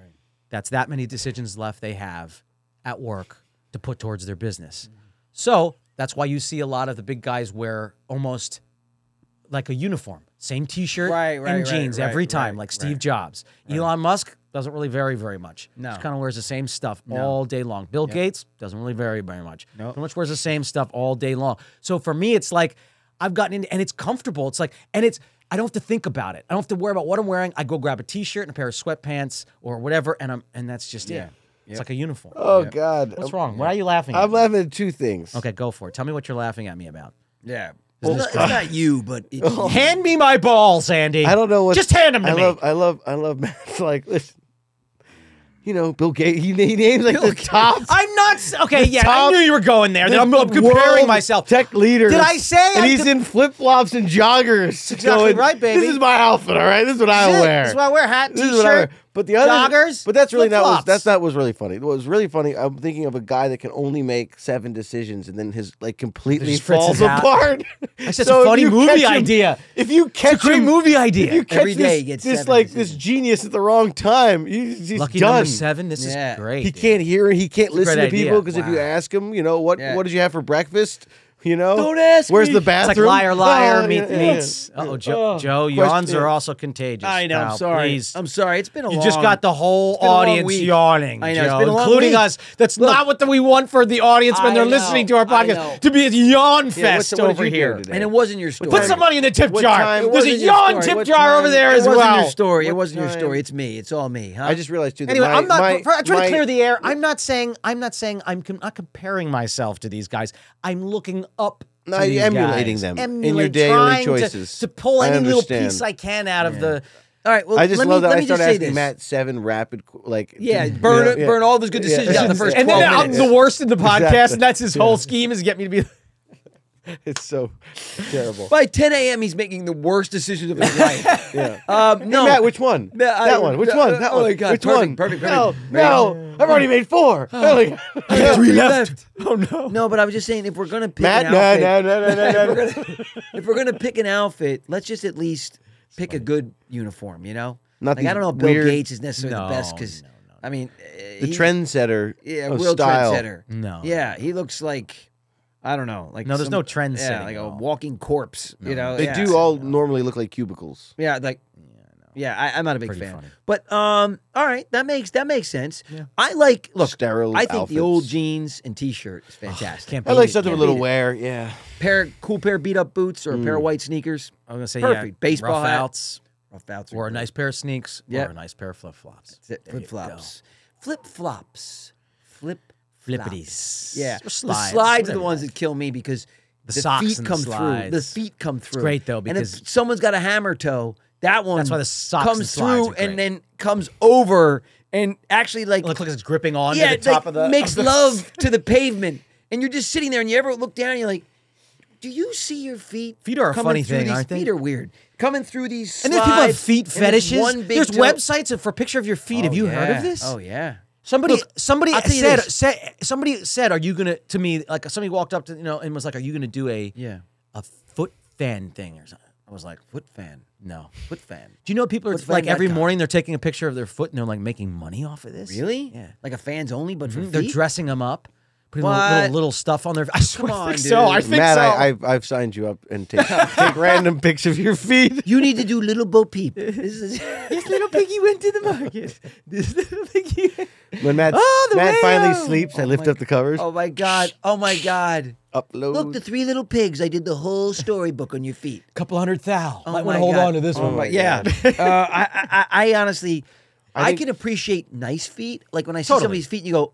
B: that's that many decisions left they have at work to put towards their business.
A: Mm-hmm.
B: So that's why you see a lot of the big guys wear almost like a uniform, same T-shirt
A: Right, right,
B: and
A: right,
B: jeans
A: right,
B: every time,
A: right,
B: like Steve Jobs. Elon Musk doesn't really vary very much.
A: No.
B: just kind of wears the same stuff all day long. Bill Gates doesn't really vary very much.
A: No.
B: pretty much wears the same stuff all day long. So for me, it's like I've gotten into, and it's comfortable. It's like, and it's I don't have to think about it. I don't have to worry about what I'm wearing. I go grab a T-shirt and a pair of sweatpants or whatever, and I'm and that's just it. It's like a uniform.
C: Oh God,
B: What's wrong? Why are you laughing? at
C: I'm
B: me?
C: laughing at two things.
B: Okay, go for it. Tell me what you're laughing at me about.
A: Yeah. Well, it's not you, but it,
B: Hand me my balls, Andy.
C: Oh. I don't know what.
B: Just hand them to
C: I
B: me.
C: love. I love. I love. Matt's like listen. You know, Bill Gates. He, he names like the top.
B: I'm not s- okay. Yeah,
C: top-
B: I knew you were going there.
C: the
B: I'm, I'm
C: world
B: comparing myself.
C: Tech leader.
B: Did I say
C: And
B: I
C: he's
B: could-
C: in flip flops and joggers.
B: exactly
C: going,
B: right, baby.
C: This is my outfit. All right. This is what I
B: Shit,
C: wear.
B: This is why I wear hat,
C: This is what I wear.
B: t-shirt,
C: But the other
B: joggers,
C: But that's really not. Was,
B: flip-flops.
C: that's not what was really funny. What was really funny. I'm thinking of a guy that can only make seven decisions, and then his like completely
B: Just fritzes
C: falls
B: out.
C: apart.
B: That's just a
C: So if
B: funny
C: you
B: movie
C: catch him-
B: idea.
C: If you catch
B: It's a great
C: him-
B: movie idea.
C: If you catch
A: Every
C: this,
A: day he gets
C: this
A: seven
C: like this
A: decisions.
C: genius at the wrong time. He's, he's
B: Lucky
C: done.
B: number seven. This
A: Yeah.
B: is great.
C: He
B: dude.
C: can't hear. He can't
B: a great
C: listen to
B: idea.
C: people because if you
A: Wow.
C: ask him, you know what?
A: Yeah.
C: What did you have for breakfast? You know,
A: Don't ask
C: Where's
A: me.
C: the
A: It's like
C: bathroom?
B: It's like liar, liar,
C: Oh,
B: meet
C: yeah, yeah, Oh,
B: meets.
C: yeah.
B: Uh-oh, Joe, Joe yawns are also contagious.
A: I know.
B: pal.
A: I'm sorry.
B: Please.
A: I'm sorry. It's been a
B: you
A: long.
B: just got the whole
A: been a long
B: audience
A: week.
B: yawning,
A: I know, it's
B: Joe,
A: been a long
B: including
A: week.
B: us. That's not what the, we want for the audience when
A: I
B: they're
A: know,
B: listening to
A: I
B: our podcast
A: know.
B: to be a yawn
C: Yeah,
B: fest
C: what's- what did
B: over
C: you do
B: here.
C: today?
A: and it wasn't your story.
B: Put some money in the tip
C: What
B: jar.
C: time-
B: There's
C: what
B: a
C: is your
B: yawn
C: story?
B: tip
C: What
B: jar
C: time-
B: over there
C: it
B: as
A: It wasn't
B: well.
A: your story. It
C: What
A: wasn't your
C: time?
A: story. It's me. It's all me. Huh?
C: I just realized too. That
B: Anyway,
C: my-
B: I'm not.
C: my-
B: for- I try
C: my-
B: to clear the air. I'm not saying. I'm not saying. I'm com- not comparing myself to these guys. I'm looking up. to
C: No, you're
B: these
C: emulating
B: guys.
C: them in
B: Emulate-
C: your daily
B: trying to-
C: choices.
B: To, pull
C: I
B: any little
C: understand.
B: piece I can out of the.
A: all right. Well,
C: I just
A: let
C: love
A: me,
C: that
A: let
C: I
A: me just
C: started
A: say
C: asking
A: this.
C: Matt seven rapid qu- like
A: Yeah,
C: you know,
A: burn it.
C: yeah.
A: burn all those good decisions out in the first
B: And then
A: 12
B: I'm
A: minutes.
B: the worst in the podcast,
C: Exactly.
B: and that's his whole scheme is get me to be.
C: It's so terrible.
A: By 10 a.m., he's making the worst decisions of his life.
C: Yeah.
A: Um, no,
C: Hey, Matt, which one?
A: No, I-
C: that one. Which
A: no,
C: one? That
A: oh
C: one.
A: my God,
C: Which
A: perfect,
C: one?
A: perfect,
C: no,
A: perfect. Oh.
C: no. I've already made four. Really?
A: three left.
B: Oh no!
A: No, but I was just saying, if we're gonna pick
C: Matt,
A: an
C: no,
A: outfit,
C: no, no, no, no, no.
A: if we're gonna pick an outfit, let's just at least pick a good uniform. You know,
C: Not
A: like I
C: these
A: don't know, if Bill
C: weird-
A: Gates is necessarily
B: No,
A: the best because
B: no, no,
A: I mean, eh,
C: The trendsetter.
A: yeah,
C: of
A: real
C: style.
A: trendsetter.
B: No.
A: yeah, he looks like I don't know, like
B: No, there's
A: some-
B: no trend setting
A: Yeah, like
B: at
A: a
B: all.
A: walking corpse. You know,
C: They
A: Oh, yeah.
C: do all normally look like cubicles.
A: Yeah, like yeah, I, I'm not a big
B: Pretty
A: fan.
B: funny.
A: But um, all right, that makes that makes sense. I like look.
C: Sterile
A: I think
C: outfits.
A: the old jeans and t-shirt is fantastic.
B: Oh, Can't
C: I like
B: beat it.
C: something
B: Can't
C: with a little
B: beat it.
C: wear. Yeah.
A: pair cool pair of beat up boots or a
C: Mm.
A: pair of white sneakers.
B: I'm gonna say
A: Perfect.
B: yeah,
A: Baseball
B: rough
A: hat.
B: outs
A: Rough outs
B: or a nice pair of sneaks
A: Yeah.
B: or a nice pair of flip flops.
A: flip flops. Flip flops. Flip
B: Flippities.
A: Yeah.
B: Or
A: The
B: slides,
A: slides are
B: whatever
A: the
B: you
A: ones
B: like.
A: that kill me because the,
B: socks
A: feet
B: and the
A: come through. The
B: slides.
A: feet come through.
B: great, though, because-
A: and if someone's got a hammer toe, that one
B: why the socks and
A: comes
B: slides
A: through
B: are great.
A: and then comes over and actually like
B: Looks like it's gripping on
A: yeah,
B: to the
A: it,
B: top
A: like,
B: of the
A: makes
B: of the-
A: love to the pavement, and you're just sitting there, and you ever look down, and you're like, "Do you see your feet?
B: Feet are a
A: coming
B: funny
A: through
B: thing,
A: these-
B: aren't they?
A: Feet are weird. Coming through these
B: And there's people have
A: slides,
B: feet
A: and it's
B: fetishes.
A: one big
B: There's
A: toe-
B: websites of- for picture of your feet. have
A: Oh,
B: you heard
A: yeah.
B: of this?
A: Oh yeah.
B: Somebody,
A: Look,
B: somebody
A: I'll tell you
B: said,
A: this.
B: said, somebody said, "Are you gonna?" To me, like somebody walked up to you know and was like, "Are you gonna do a
A: Yeah.
B: a foot fan thing or something?" I was like,
A: Foot fan.
B: "No."
A: Foot fan.
B: Do you know people are
A: fan
B: like
A: dot
B: every
A: com.
B: morning they're taking a picture of their foot and they're like making money off of this?
A: Really?
B: Yeah.
A: Like a fans only, but for
B: They're
A: feet?
B: dressing them up, putting little, little
A: What?
B: little stuff on their. I swear,
A: Come
B: I
A: on,
B: think so.
A: dude.
B: I think
C: Matt,
B: so.
C: I, I've, I've signed you up and take, take random pics of your feet.
A: You need to do little Bo Peep. This is
B: this little piggy went to the market. This little piggy.
C: When Matt,
B: Oh, the
C: Matt finally
B: mayo.
C: sleeps, I lift up the covers.
A: Oh my god. Oh my god.
C: Upload.
A: Look, the three little pigs. I did the whole storybook on your feet.
B: Couple hundred thou.
A: Oh my
B: Might want to hold
A: God.
B: on to this
C: Oh
B: one.
C: my
A: Yeah, uh, I, I, I honestly, I,
C: think-
A: can appreciate nice feet. Like when I see
B: Totally.
A: somebody's feet, and you go,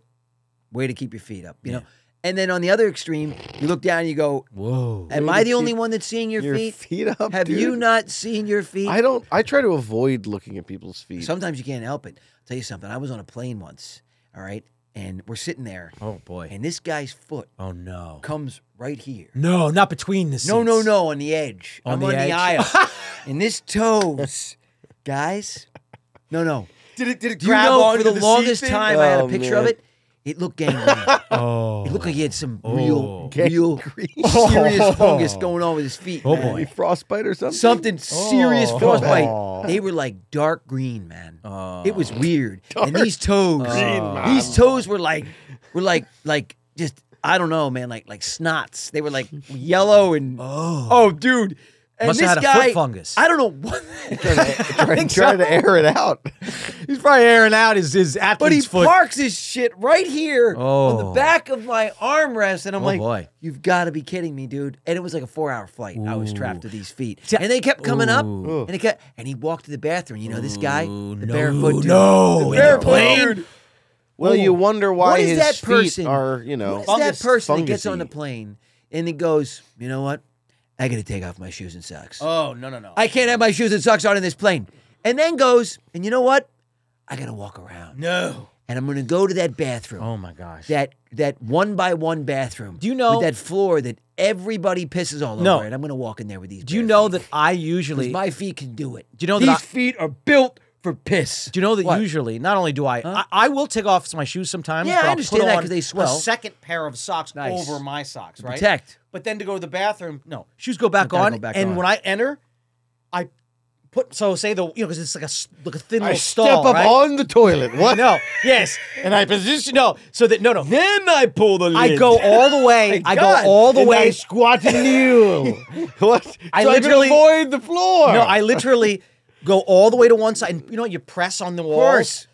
A: "Way to keep your feet up," you know. And then on the other extreme, you look down and you go,
B: Whoa.
A: "Am
C: Way
A: I
C: to
A: the only
C: keep
A: one that's seeing your,
C: your feet, up.
A: Have you
C: dude.
A: not seen your feet?"
C: I don't. I try to avoid looking at people's feet.
A: Sometimes you can't help it. I'll tell you something. I was on a plane once. All right, and we're sitting there,
B: Oh boy.
A: and this guy's foot
B: Oh no.
A: comes right here.
B: No, not between the seats.
A: No, no, no, on the edge.
B: On
A: I'm
B: the
A: on
B: edge?
A: the aisle, and this toes, guys. No, no.
C: did it? Did it
A: Do you know for the, longest time I
C: Oh,
A: had a picture of it? It looked gangrene.
B: Oh.
A: it looked like he had some
B: Oh.
A: real, real serious fungus going on with his feet.
B: Oh,
A: man.
B: boy.
C: frostbite or something?
A: Something serious
B: Oh.
A: frostbite.
B: Oh.
A: They were like dark green, man.
B: Oh.
A: It was weird. and these toes,
C: green,
A: these toes were like, were like, like just I don't know, man. Like like snots. They were like yellow and
B: Oh.
A: dude. And
B: Must
A: this
B: have had a
A: guy,
B: foot fungus.
A: I don't know what.
C: Trying, trying to air it out.
B: He's probably airing out his his athlete's
A: But he
B: foot.
A: parks his shit right here on
B: Oh.
A: the back of my armrest, and I'm
B: Oh,
A: like,
B: boy.
A: "You've got to be kidding me, dude!" And it was like a four-hour flight. I was trapped to these feet,
B: Ta-
A: and they kept coming up,
B: Ooh.
A: and he kept, and he walked to the bathroom. You know this guy,
B: Ooh,
A: the
B: no,
A: barefoot dude,
B: no, in
A: the
B: the
A: barefoot
B: plane?
A: dude.
C: Well, you wonder why
A: What is
C: his
A: that
C: feet
A: person?
C: are, you know,
A: What is that person that gets on the
C: fungusy.
A: plane and he goes, "You know what? I got to take off my shoes and socks.
B: Oh no no no.
A: I can't have my shoes and socks on in this plane." And then goes, "And you know what? I got to walk around,
B: no.
A: and I'm going to go to that bathroom."
B: Oh my gosh.
A: that that one by one bathroom.
B: Do you know-
A: with that floor that everybody pisses all
B: No.
A: over? And I'm gonna walk in there with these.
B: do you
A: bare
B: know
A: feet,
B: that I
A: 'cause
B: usually?
A: my feet can do it?
B: Do you know that
A: these
B: I-
A: feet are built for piss?
B: do you know that
A: What?
B: usually? Not only do I, I, I will take off my shoes sometimes.
A: Yeah,
B: but
A: I
B: I'll
A: understand
B: put
A: that
B: on
A: 'cause they
B: a
A: swell.
B: second pair of socks
A: Nice.
B: over my socks, right?
A: protect.
B: But then to go to the bathroom, no shoes go back
A: gotta
B: on,
A: go back
B: and
A: on.
B: when I enter, I put so say the you know because it's like a s- like a thin
D: I
B: little
D: step
B: stall,
D: up
B: right?
D: on the toilet. What?
B: no, yes,
D: And I position.
B: no. So that no, no.
D: Then I pull the lid.
B: I go all the way. I go
D: God.
B: all the
D: And I
B: way.
D: squat and kneel. what?
B: I
D: so
B: literally-
D: I can avoid the floor.
B: No, I literally go all the way to one side. And you know, what? you press on the walls
D: course.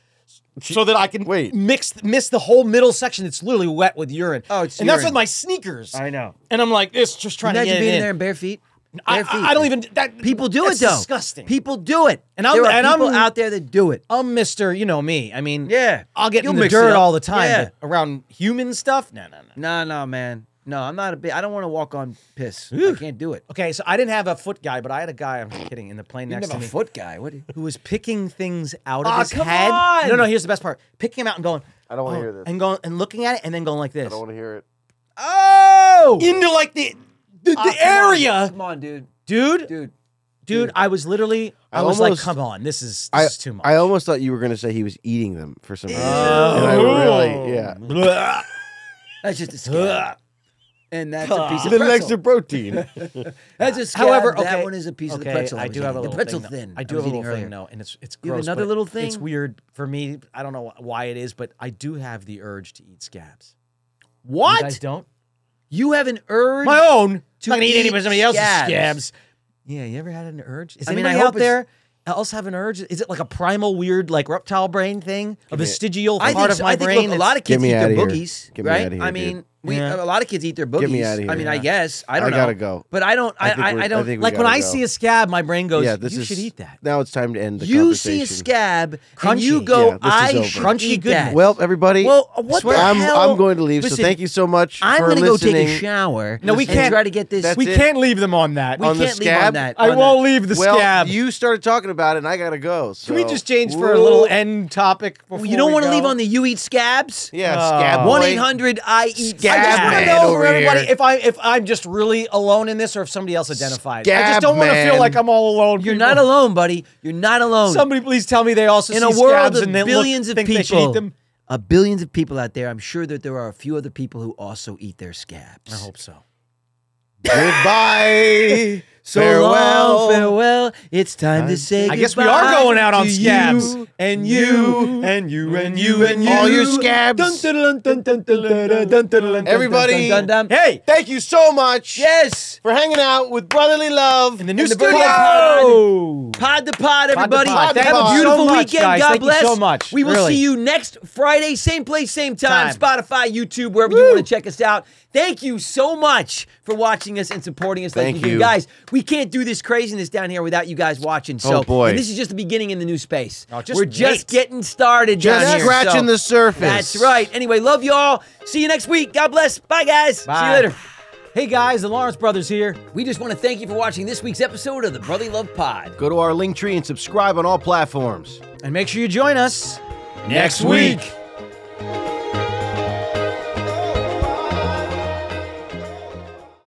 B: so that I can
D: Wait.
B: mix miss the whole middle section that's literally wet with urine.
A: Oh, it's
B: and that's
A: urine.
B: with my sneakers.
D: I know.
B: And I'm like, it's just trying
A: Imagine
B: to get
A: being
B: it in.
A: there in bare feet.
B: I,
A: Bare feet.
B: I- I don't even that
A: People do
B: that's
A: it though.
B: Disgusting.
A: People do it,
B: And I'm-
A: there are
B: and I'm- Oh,
A: people out there that do it. Oh,
B: I'm Mister, you know me. I mean,
A: Yeah.
B: I'll get
A: You'll
B: in the
A: mix it
B: dirt
A: up.
B: all the time.
A: Yeah.
B: but around human stuff, no, no,
A: No,
B: no.
A: no, man. No, I'm not a big. I don't want to walk on piss. I can't do it.
B: Okay, so I didn't have a foot guy, but I had a guy. I'm kidding. In the plane next to
A: I'm a
B: me,
A: foot guy. What?
B: who was picking things out of
A: Aw,
B: his
A: come
B: head.
A: on!
B: No, no. Here's the best part: picking them out and going.
D: I don't wanna
B: oh,
D: hear this.
B: And going and looking at it and then going like this
D: to hear it.
A: Oh,
B: into like the the, the area,
A: Come on, dude.
B: dude, dude.
A: Dude,
B: I was literally. I,
D: I
B: was
D: almost-
B: like, come on, this is this
C: I,
B: is too much.
C: I almost thought you were going to say he was eating them for some reason.
B: Oh.
C: And I really, yeah.
B: Blah.
A: that's just a scab. And that's a piece of
D: Little extra
A: pretzel.
D: protein.
A: That's a scab.
B: However, okay,
A: that one is a piece
B: okay,
A: of the pretzel.
B: I
A: was
B: do have a
A: eating.
B: little
A: the pretzel
B: thing, though.
A: thin.
B: I do
A: was
B: have a little
A: eating earlier.
B: thing. No, and it's it's
A: You have
B: gross.
A: another
B: but
A: little
B: It's
A: thing?
B: weird for me. I don't know why it is, but I do have the urge to eat scabs. You guys
A: What?
B: don't?
A: You have an urge?
B: My own.
A: to
B: not gonna eat
A: eat
B: anybody else's
A: scabs.
B: scabs. Yeah, you ever had an urge? Is
A: I mean,
B: anybody
A: I hope
B: out
A: it's-
B: there else have an urge? Is it like a primal, weird, like reptile brain thing? A vestigial
A: I
B: part
A: think,
B: of
A: so.
B: my
A: I think
B: brain?
A: look, a
B: that's-
A: lot of
C: Get
A: kids
C: me
A: eat their
C: outta here.
A: bookies,
C: Get me
A: right?
C: outta here,
A: I mean,
C: dude.
A: we
B: Yeah.
A: a lot of kids eat their bookies.
C: me outta here.
A: I mean, I
C: Yeah.
A: guess I
C: I
A: don't know.
C: gotta go.
A: But I don't. I
C: I think
A: I,
C: we're-
A: I
C: I
A: don't.
C: think we
B: like when
C: gotta
B: I
C: go.
B: see a scab, my brain goes,
C: yeah, this
B: "You
C: is,
B: should eat that."
C: Now it's time to end the
A: you see a
C: conversation.
A: scab, and you
B: Crunchy.
A: go,
C: Yeah, this is
A: "I
C: over.
A: should
B: Crunchy
A: eat
B: goodness.
A: that."
C: Well, everybody,
A: well, what the
C: I'm,
A: hell?
C: I'm going to leave. so
A: Listen,
C: thank you so much
A: I'm
C: for
A: gonna go
C: listening.
A: take a shower.
B: No, we
A: and
B: can't-
A: try to get this.
C: That's
B: we
C: it.
B: can't leave them on that.
A: we
C: on the
A: can't leave on
C: scab?
A: that.
B: I
A: on
B: won't
A: that.
B: leave the
C: well,
B: scab.
C: you started talking about it, and I gotta go. So.
B: Can we just change for a little
C: Whoa.
B: end topic? Before
A: You don't
B: we
A: want to
B: go?
A: leave on the you eat scabs.
C: Yeah,
B: Uh,
C: scab. boy.
A: One eight hundred I eat
B: I just want to
C: man
B: know
C: over
B: for everybody
C: here.
B: if I if I'm just really alone in this or if somebody else identifies. I just
C: Scab
B: don't want to feel
C: man.
B: like I'm all alone.
A: You're
B: people.
A: not alone, buddy. You're not alone.
B: Somebody please tell me they also
A: in
B: see
A: a world
B: scabs
A: of
B: and they look-
A: billions of
B: think they should
A: people,
B: eat them.
A: uh, billions of people out there, I'm sure that there are a few other people who also eat their scabs. I
B: Hope so.
C: Goodbye.
A: So
C: farewell.
A: long, farewell. It's time to say
B: I guess we are
A: goodbye
B: going out on
A: to
B: scabs.
A: you.
B: and you and you and you and you.
C: All your scabs.
B: Dun, dun, dun, dun, dun, dun, dun, dun, dun, dun,
C: Everybody.
B: dun, dun, dun. Hey,
C: Thank you so much
A: Yes.
C: for hanging out with brotherly love
B: in the new
A: the
B: studio.
A: pod. Pod to pod, everybody.
B: pod.
C: Thank
A: Have
C: you
A: a
C: so
A: beautiful
B: much,
A: weekend.
B: guys.
A: God
B: Thank you
A: bless.
B: so much.
A: We will
B: Really.
A: see you next Friday, same place, same time.
B: Time.
A: Spotify, YouTube, wherever you want to check us out. Thank you so much for watching us and supporting us.
C: Thank
A: like do.
C: you.
A: guys. We can't do this craziness down here without you guys watching. So,
C: Oh, boy.
A: and this is just the beginning in the new space.
B: Oh, just
A: We're just
B: wait.
A: getting started.
C: Just
A: down here,
C: scratching
A: so-
C: the surface.
A: That's right. Anyway, love y'all. See you next week. God bless. Bye, guys. See
B: Bye.
A: you later.
B: Hey guys, the Lawrence brothers here.
A: We just want to thank you for watching this week's episode of the Brotherly Love Pod.
C: Go to our link tree and subscribe on all platforms.
B: And make sure you join us
C: Next week.